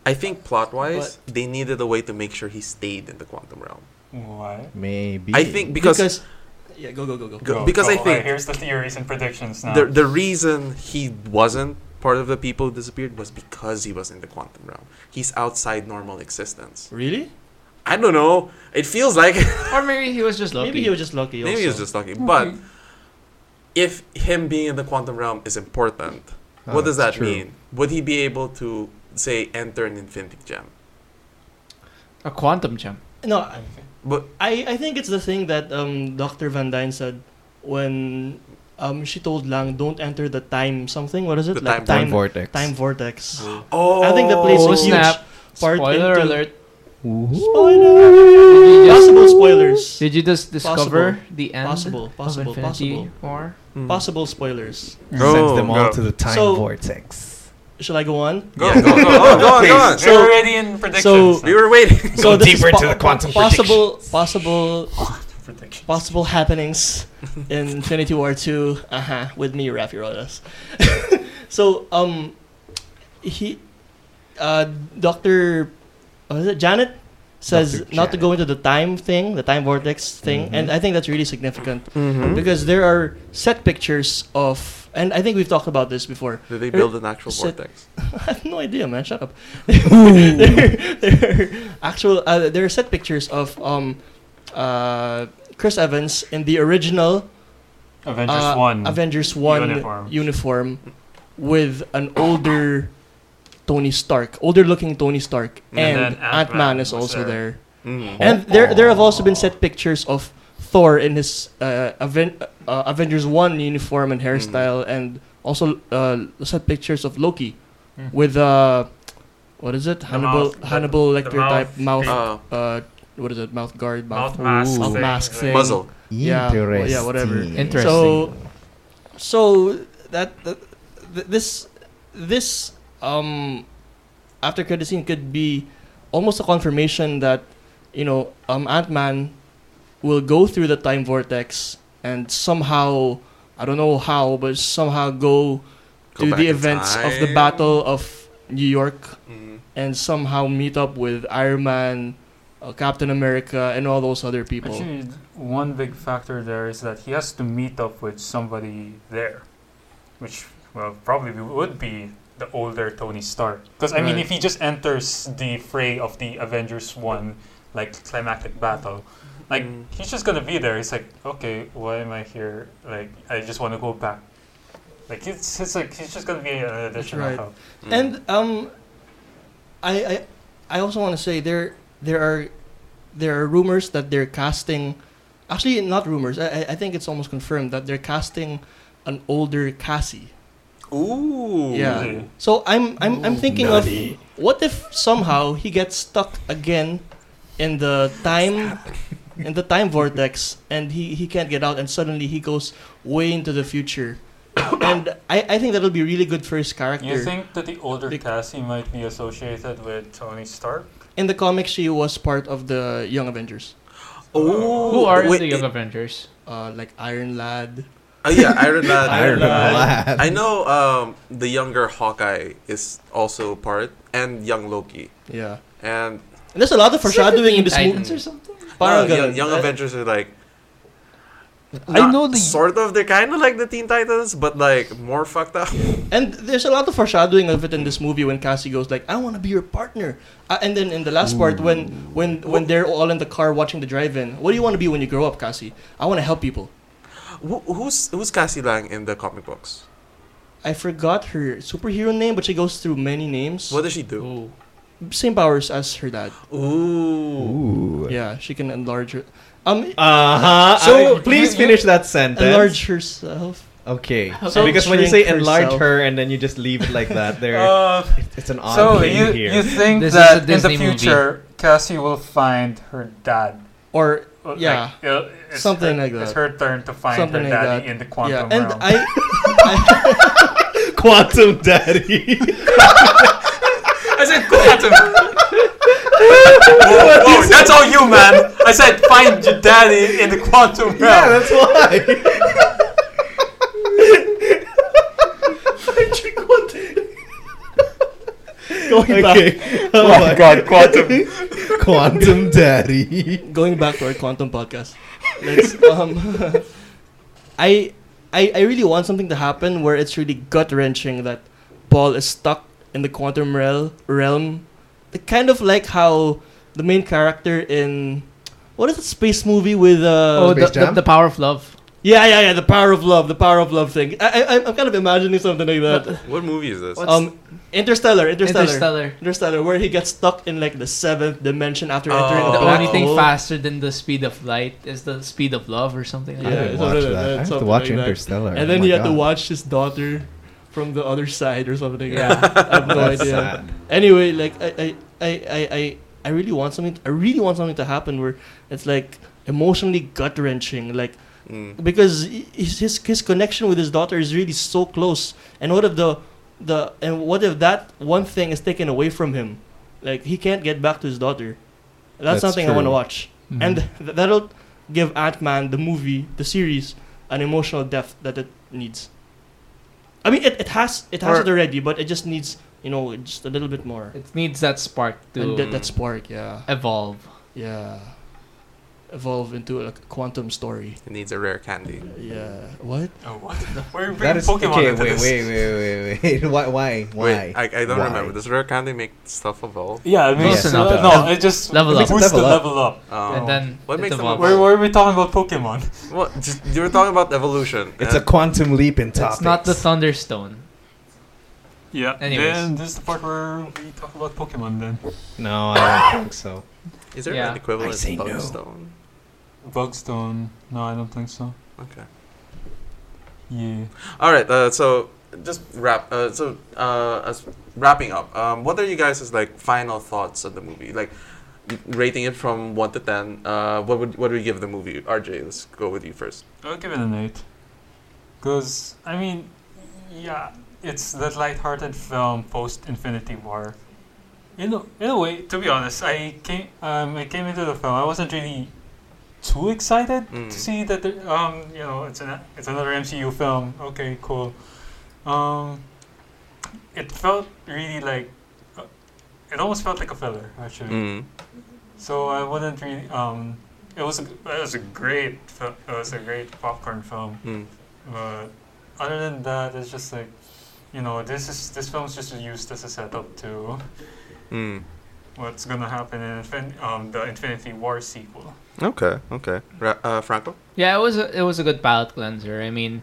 Speaker 5: I think plot wise, they needed a way to make sure he stayed in the quantum realm.
Speaker 8: why?
Speaker 3: Maybe.
Speaker 5: I think because
Speaker 6: yeah, go go go go.
Speaker 5: Go- because I
Speaker 8: alright,
Speaker 5: think-
Speaker 8: here's the theories and predictions
Speaker 6: Ah,
Speaker 5: the
Speaker 8: now.
Speaker 5: the reason he wasn't part of the people who disappeared was because he was in the quantum realm. He's outside normal existence.
Speaker 6: Really?
Speaker 5: I don't know. It feels like
Speaker 7: Or maybe he was just lucky.
Speaker 6: Maybe he was just lucky.
Speaker 5: maybe he's
Speaker 6: also.
Speaker 5: just lucky. But if him being in the quantum realm is important,
Speaker 3: Ah,
Speaker 5: what does that
Speaker 3: that's true.
Speaker 5: mean? Would he be able to say enter an infinity gem?
Speaker 7: a quantum gem.
Speaker 6: no. I-
Speaker 5: But
Speaker 6: I I think it's the thing that um Doctor Van Dyne said when um, she told Lang, "Don't enter the time something. What is it?
Speaker 5: The
Speaker 6: like
Speaker 5: time-
Speaker 3: Time
Speaker 6: time
Speaker 3: vortex.
Speaker 6: time vortex."
Speaker 5: Oh,
Speaker 6: I think that plays
Speaker 7: Oh,
Speaker 6: a huge
Speaker 7: snap.
Speaker 6: part
Speaker 7: Spoiler
Speaker 6: into-
Speaker 7: alert.
Speaker 6: Spoiler!
Speaker 7: Did you just,
Speaker 6: Possible spoilers.
Speaker 7: did you just discover the end
Speaker 6: Possible, possible,
Speaker 7: of Infinity
Speaker 6: possible.
Speaker 7: War?
Speaker 6: Possible spoilers.
Speaker 5: Go,
Speaker 3: Sends them all
Speaker 5: go.
Speaker 3: to the time
Speaker 6: So-
Speaker 3: vortex.
Speaker 6: Shall I go on?
Speaker 5: Go, go, go, go, go, on, go on.
Speaker 8: We're already in predictions.
Speaker 5: We were waiting.
Speaker 6: So this is
Speaker 3: deeper into
Speaker 6: po-
Speaker 3: the quantum
Speaker 6: possible, possible,
Speaker 8: predictions.
Speaker 6: possible happenings in Infinity War Two. Uh huh. With me, Rafi Rodas. so um, he, uh, Doctor, what is it? Janet says
Speaker 3: Dr.
Speaker 6: not to
Speaker 3: Janet.
Speaker 6: go into the time thing, the time vortex thing, and I think that's really significant because there are set pictures of, and I think we've talked about this before.
Speaker 5: Did they build an actual
Speaker 6: Sit-
Speaker 5: vortex?
Speaker 6: I have no idea, man. Shut up. there, there are actual. Uh, there are set pictures of um, uh, Chris Evans in the original
Speaker 8: Avengers
Speaker 6: uh,
Speaker 8: One.
Speaker 6: Avengers One
Speaker 8: Uniform.
Speaker 6: uniform. with an older Tony Stark, older looking Tony Stark,
Speaker 5: And
Speaker 6: and,
Speaker 8: then Ant-Man
Speaker 6: Ant Man is
Speaker 8: was
Speaker 6: also
Speaker 8: there. Oh.
Speaker 6: there.
Speaker 5: Mm.
Speaker 6: And there, there have also been set pictures of Thor in his uh, Aven- uh, Avengers One uniform and hairstyle,
Speaker 8: Hmm.
Speaker 6: and also uh, set pictures of Loki
Speaker 8: Mm.
Speaker 6: with uh, what is it?
Speaker 8: The
Speaker 6: Hannibal,
Speaker 8: mouth- the-
Speaker 6: Hannibal
Speaker 8: the
Speaker 6: Lecter type
Speaker 8: mouth
Speaker 6: mouth.
Speaker 8: thing.
Speaker 5: Uh,
Speaker 6: Uh, what is it? Mouth guard, mouth,
Speaker 8: mouth mask,
Speaker 6: mouth
Speaker 8: thing.
Speaker 6: mask thing.
Speaker 5: muzzle.
Speaker 6: Yeah, well, yeah, whatever.
Speaker 3: Interesting.
Speaker 7: Interesting.
Speaker 6: So, so that, that th- this this um after credit scene could be almost a confirmation that you know um Ant Man will go through the time vortex and somehow I don't know how but somehow go,
Speaker 5: Go
Speaker 6: to
Speaker 5: back
Speaker 6: the
Speaker 5: in
Speaker 6: events of the
Speaker 5: time.
Speaker 6: Battle of New York
Speaker 5: Mm.
Speaker 6: and somehow meet up with Iron Man, uh, Captain America, and all those other people.
Speaker 8: Actually, one big factor there is that he has to meet up with somebody there, which well probably would be the older Tony Stark. Because I mean,
Speaker 6: Right.
Speaker 8: if he just enters the fray of the Avengers One like climactic battle, like
Speaker 5: Mm.
Speaker 8: he's just gonna be there. He's like, okay, why am I here? Like I just want to go back. Like it's, it's like he's just gonna be an additional
Speaker 6: right.
Speaker 8: help.
Speaker 5: Mm.
Speaker 6: And um, I I, I also want to say there there are there are rumors that they're casting, actually not rumors. I I- I think it's almost confirmed that they're casting an older Cassie.
Speaker 5: Ooh.
Speaker 6: Yeah.
Speaker 8: Really?
Speaker 6: So I'm I'm I'm thinking
Speaker 5: Naughty.
Speaker 6: of what if somehow he gets stuck again in the time in the time vortex and he he can't get out and suddenly he goes way into the future. and I, I think that'll be really good for his character.
Speaker 8: You think that the older
Speaker 6: Bec-
Speaker 8: Cassie might be associated with Tony Stark?
Speaker 6: In the comics, she was part of the Young Avengers,
Speaker 3: Oh.
Speaker 6: Oh,
Speaker 5: Ooh.
Speaker 7: Who are
Speaker 5: Wait,
Speaker 7: the Young
Speaker 5: it-
Speaker 7: Avengers?
Speaker 6: uh, like Iron Lad.
Speaker 5: Uh, yeah, Iron Lad.
Speaker 3: Iron Lad.
Speaker 5: I know um, the younger Hawkeye is also part, and young Loki,
Speaker 6: Yeah,
Speaker 5: and
Speaker 6: and there's a lot of foreshadowing in this
Speaker 7: Titans
Speaker 6: movie.
Speaker 7: or something?
Speaker 5: uh,
Speaker 6: Parang
Speaker 5: young,
Speaker 6: ganun.
Speaker 5: young
Speaker 6: Uh,
Speaker 5: Avengers are like.
Speaker 10: I
Speaker 5: not
Speaker 10: know the
Speaker 5: sort of they're kind of like the Teen Titans, but like more fucked up.
Speaker 6: And there's a lot of foreshadowing of it in this movie when Cassie goes like, "I want to be your partner," uh, and then in the last part when when when they're all in the car watching the drive-in, "What do you want to be when you grow up, Cassie? I want to help people."
Speaker 5: Who, who's who's Cassie Lang in the comic books?
Speaker 6: I forgot her superhero name, but she goes through many names.
Speaker 5: What does she do?
Speaker 7: Ooh.
Speaker 6: Same powers as her dad.
Speaker 3: Ooh.
Speaker 5: Ooh.
Speaker 6: Yeah, she can enlarge her. Um,
Speaker 3: Uh huh.
Speaker 6: So,
Speaker 3: So please
Speaker 6: you- you-
Speaker 3: finish that sentence.
Speaker 6: enlarge herself.
Speaker 3: Okay.
Speaker 6: So
Speaker 3: because when you say
Speaker 6: shrink
Speaker 3: enlarge her
Speaker 6: herself.
Speaker 3: and then you just leave it like that, there
Speaker 8: Uh,
Speaker 3: it's an odd
Speaker 8: So
Speaker 3: thing
Speaker 8: you
Speaker 3: here.
Speaker 8: you think
Speaker 7: This is a
Speaker 8: that in the
Speaker 7: Disney movie.
Speaker 8: future Cassie will find her dad?
Speaker 6: Or
Speaker 8: Uh,
Speaker 6: Yeah.
Speaker 8: like, uh, it's
Speaker 6: Something
Speaker 8: her-
Speaker 6: like that.
Speaker 8: It's her turn to find
Speaker 6: Something
Speaker 8: her
Speaker 6: like
Speaker 8: daddy
Speaker 6: that.
Speaker 8: in the quantum
Speaker 6: yeah, and
Speaker 8: realm.
Speaker 6: I.
Speaker 3: Quantum Daddy.
Speaker 8: I said quantum. whoa, whoa, that's all you, man. I said find your daddy in the quantum realm.
Speaker 3: yeah, that's why.
Speaker 6: Going back,
Speaker 3: okay. Oh my god, quantum Quantum Daddy.
Speaker 6: going back to our quantum podcast. Let's um, I, I I really want something to happen where it's really gut wrenching that Paul is stuck in the quantum rel- realm, kind of like how the main character in what is that space movie with
Speaker 7: Oh,
Speaker 6: uh
Speaker 7: the,
Speaker 3: Space
Speaker 7: the,
Speaker 3: Jam?
Speaker 7: the power of love.
Speaker 6: Yeah, yeah, yeah. The power of love, the power of love thing. I, I, I'm kind of imagining something like that.
Speaker 5: What movie is this?
Speaker 6: um, Interstellar, Interstellar, Interstellar,
Speaker 7: Interstellar.
Speaker 6: where he gets stuck in like the seventh dimension after
Speaker 5: Oh.
Speaker 6: entering
Speaker 7: The
Speaker 6: the black
Speaker 7: only thing
Speaker 6: hole.
Speaker 7: faster than the speed of light is the speed of love or something like
Speaker 6: Yeah,
Speaker 3: I
Speaker 7: that.
Speaker 3: have to watch
Speaker 6: something
Speaker 3: that.
Speaker 6: like that,
Speaker 3: I have to
Speaker 6: something
Speaker 3: watch
Speaker 6: like that.
Speaker 3: Interstellar.
Speaker 6: And
Speaker 3: Oh
Speaker 6: then
Speaker 3: my
Speaker 6: he had to
Speaker 3: God.
Speaker 6: watch his daughter from the other side or something.
Speaker 7: Yeah.
Speaker 6: I have no
Speaker 3: That's
Speaker 6: idea.
Speaker 3: sad.
Speaker 6: Anyway, like I, I, I, I, I, I really want something. I really want something to happen where it's like emotionally gut wrenching. Like
Speaker 5: Mm.
Speaker 6: because i- his, his his connection with his daughter is really so close. And what if the the and what if that one thing is taken away from him? Like he can't get back to his daughter. That's,
Speaker 3: That's
Speaker 6: something I want to
Speaker 3: true.
Speaker 6: watch,
Speaker 7: Mm-hmm.
Speaker 6: and th- that'll give Ant Man the movie, the series, an emotional depth that it needs. I mean, it, it has it has
Speaker 7: Or-
Speaker 6: it already, but it just needs you know just a little bit more.
Speaker 7: It needs that spark to
Speaker 6: And that, that spark, yeah,
Speaker 7: evolve.
Speaker 6: yeah, evolve into a quantum story.
Speaker 5: It needs a rare candy.
Speaker 6: Yeah, what?
Speaker 8: Oh, what? the- We're
Speaker 3: That
Speaker 8: bringing
Speaker 3: is
Speaker 8: Pokemon
Speaker 3: okay.
Speaker 8: into
Speaker 3: Wait,
Speaker 8: this.
Speaker 3: wait, wait, wait, wait. Why? Why? Why?
Speaker 5: Wait, I, I don't
Speaker 3: Why?
Speaker 5: remember. Does rare candy make stuff evolve?
Speaker 8: Yeah, I mean,
Speaker 7: Yes.
Speaker 8: it's-
Speaker 7: Level
Speaker 8: uh,
Speaker 7: up.
Speaker 8: no, it just
Speaker 7: Level
Speaker 8: it
Speaker 7: up.
Speaker 8: boosts the
Speaker 3: Level up.
Speaker 8: level up.
Speaker 5: Oh.
Speaker 7: And then
Speaker 5: what
Speaker 7: it
Speaker 5: makes them
Speaker 7: evolves.
Speaker 8: Where were we talking about Pokemon?
Speaker 5: Well, just, you were talking about evolution.
Speaker 3: It's
Speaker 5: Uh,
Speaker 3: a quantum leap in topics.
Speaker 7: It's not the Thunderstone.
Speaker 8: Yeah.
Speaker 7: Anyways.
Speaker 8: Then this is the part where we talk about Pokemon. Then
Speaker 3: no, I don't think so.
Speaker 5: is there
Speaker 7: Yeah.
Speaker 5: an equivalent
Speaker 3: I say
Speaker 5: bug
Speaker 3: no.
Speaker 5: stone?
Speaker 8: Bugstone. No, I don't think so.
Speaker 5: Okay.
Speaker 8: Yeah.
Speaker 5: All right. Uh, so just wrap. Uh, so uh, as wrapping up, um, what are you guys' like final thoughts of the movie? Like rating it from one to ten. Uh, what would what would you give the movie? RJ, let's go with you first.
Speaker 8: I'll give it an eight. Cause I mean, yeah, it's that lighthearted film post Infinity War. In a, in a way, to be honest, I came um, I came into the film. I wasn't really too excited
Speaker 5: Mm.
Speaker 8: to see that. There, um, you know, it's an it's another MCU film. Okay, cool. Um, it felt really like uh, it almost felt like a filler actually.
Speaker 5: Mm.
Speaker 8: So I wouldn't really. Um, it was a, it was a great fil- it was a great popcorn film.
Speaker 5: Mm.
Speaker 8: But other than that, it's just like, you know, this is this film's just used as a setup to
Speaker 5: Mm.
Speaker 8: what's gonna happen in infin- um, the Infinity War sequel.
Speaker 5: Okay. Okay. Ra- uh, Franco.
Speaker 7: Yeah, it was a, it was a good palate cleanser. I mean,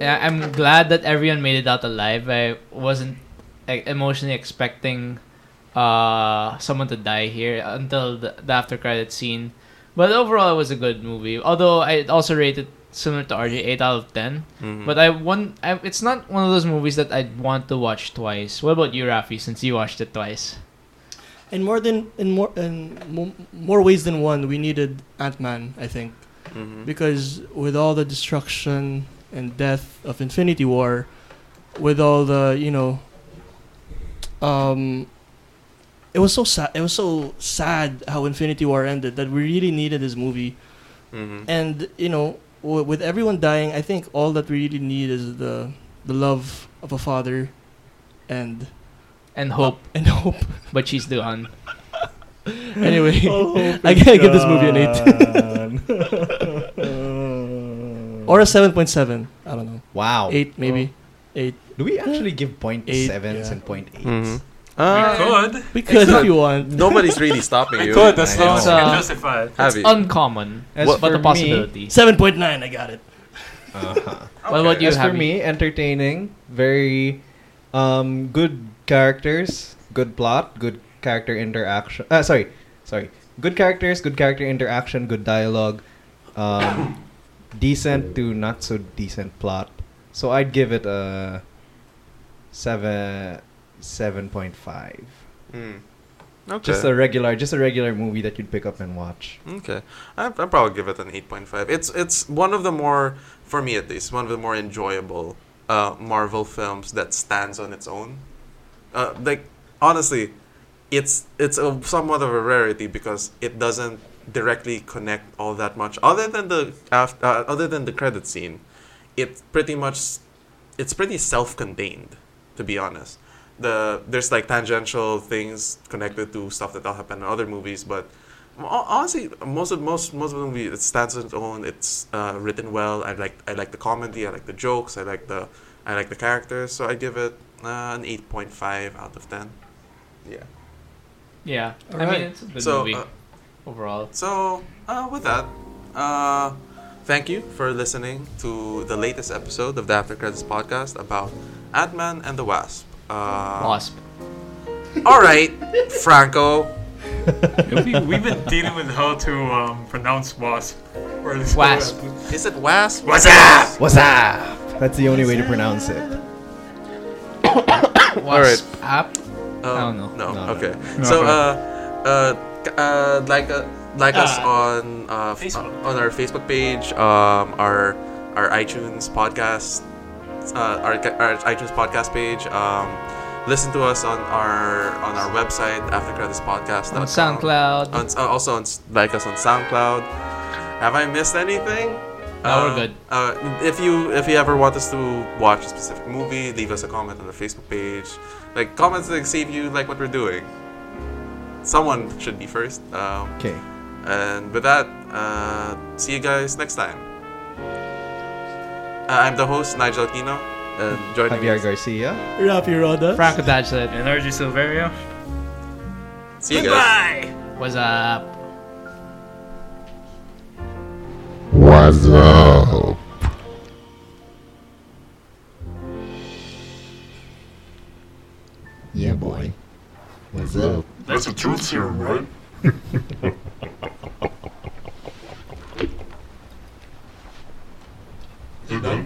Speaker 7: yeah, I'm glad that everyone made it out alive. I wasn't like, emotionally expecting uh, someone to die here until the, the after credit scene. But overall, it was a good movie. Although I also rated similar to RJ, eight out of 10
Speaker 5: Mhm.
Speaker 7: But I one I, it's not one of those movies that I'd want to watch twice. What about you, Rafi? Since you watched it twice.
Speaker 6: In more than in more in mo- more ways than one, we needed Ant Man, I think,
Speaker 5: Mhm.
Speaker 6: because with all the destruction and death of Infinity War, with all the you know, um, it was so sad. It was so sad how Infinity War ended that we really needed this movie.
Speaker 5: Mhm.
Speaker 6: And you know, w- with everyone dying, I think all that we really need is the the love of a father, and
Speaker 7: And hope,
Speaker 6: and hope.
Speaker 7: but she's the one.
Speaker 6: Anyway, I gotta give this movie an eight or a seven point seven. I don't know,
Speaker 3: wow.
Speaker 6: eight maybe, eight.
Speaker 3: Do we actually give point
Speaker 6: Eight,
Speaker 3: sevens
Speaker 6: yeah.
Speaker 3: and point eights?
Speaker 5: Mhm. Uh,
Speaker 8: we could.
Speaker 6: We could if
Speaker 5: Excellent.
Speaker 6: you want.
Speaker 5: nobody's really stopping
Speaker 8: We
Speaker 5: you.
Speaker 8: could as
Speaker 3: I
Speaker 8: long as we
Speaker 7: know.
Speaker 8: can
Speaker 7: Uh,
Speaker 8: justify it.
Speaker 7: It's
Speaker 5: Abby.
Speaker 7: uncommon,
Speaker 3: As
Speaker 5: What-
Speaker 7: but
Speaker 3: for
Speaker 7: a possibility.
Speaker 6: Seven point nine. I got it.
Speaker 3: Me, uh-huh.
Speaker 7: What about you,
Speaker 3: As for
Speaker 7: Javi?
Speaker 3: me, entertaining, very um, good characters, good plot, good character interaction. Uh, sorry, sorry. Good characters, good character interaction, good dialogue, um, decent to not so decent plot. So I'd give it a seven, seven point five.
Speaker 5: Mm. Okay.
Speaker 3: Just a regular, just a regular movie that you'd pick up and watch.
Speaker 5: Okay, I I probably give it an eight point five. It's it's one of the more for me at least one of the more enjoyable uh, Marvel films that stands on its own. Uh, like honestly, it's it's a, somewhat of a rarity because it doesn't directly connect all that much. Other than the after, uh, other than the credit scene, it pretty much it's pretty self contained to be honest. The there's like tangential things connected to stuff that will happen in other movies, but Hon- honestly, most of most most of the movie it stands on its own. It's uh, written well. I like I like the comedy. I like the jokes. I like the I like the characters. So I give it uh, an eight point five out of ten. Yeah.
Speaker 7: Yeah, I
Speaker 6: Alright.
Speaker 7: mean it's a good
Speaker 5: so
Speaker 7: movie
Speaker 5: uh,
Speaker 7: overall.
Speaker 5: so uh, with that, uh, Thank you for listening to the latest episode of the After Credits podcast about Ant Man and the Wasp. Uh,
Speaker 7: Wasp.
Speaker 5: all right, Franco.
Speaker 8: we, we've been dealing with how to um, pronounce wasp. Or this
Speaker 7: Wasp.
Speaker 5: Is it Wasp?
Speaker 8: What's up?
Speaker 3: What's up? That's the only way to pronounce it.
Speaker 7: Wasp app.
Speaker 5: Um,
Speaker 7: no.
Speaker 5: No.
Speaker 3: No, no.
Speaker 5: Okay.
Speaker 8: No,
Speaker 5: so,
Speaker 8: no.
Speaker 5: uh, uh, c- uh, like, uh, like us on uh, f-
Speaker 8: Facebook.
Speaker 5: on our Facebook page, um, our our iTunes podcast, uh, our, ca- our iTunes podcast page. Um, listen to us on our on our website aftercreditspodcast
Speaker 7: On SoundCloud.
Speaker 5: On, uh, also on s- like us on SoundCloud. Have I missed anything?
Speaker 7: No, we're good.
Speaker 5: Uh, if you if you ever want us to watch a specific movie, leave us a comment on the Facebook page. Like comments that save you like what we're doing. Someone should be first. Um,
Speaker 3: Okay.
Speaker 5: and with that, uh, see you guys next time. Uh, I'm the host Nigel Aquino. And joining
Speaker 3: Javier
Speaker 5: me.
Speaker 3: Garcia.
Speaker 6: Rafi Roda.
Speaker 7: Franco Dodgelet.
Speaker 8: Energy Silverio.
Speaker 5: See you guys.
Speaker 7: What's up?
Speaker 10: What's up? Yeah, boy. What's up? That's the truth serum, right?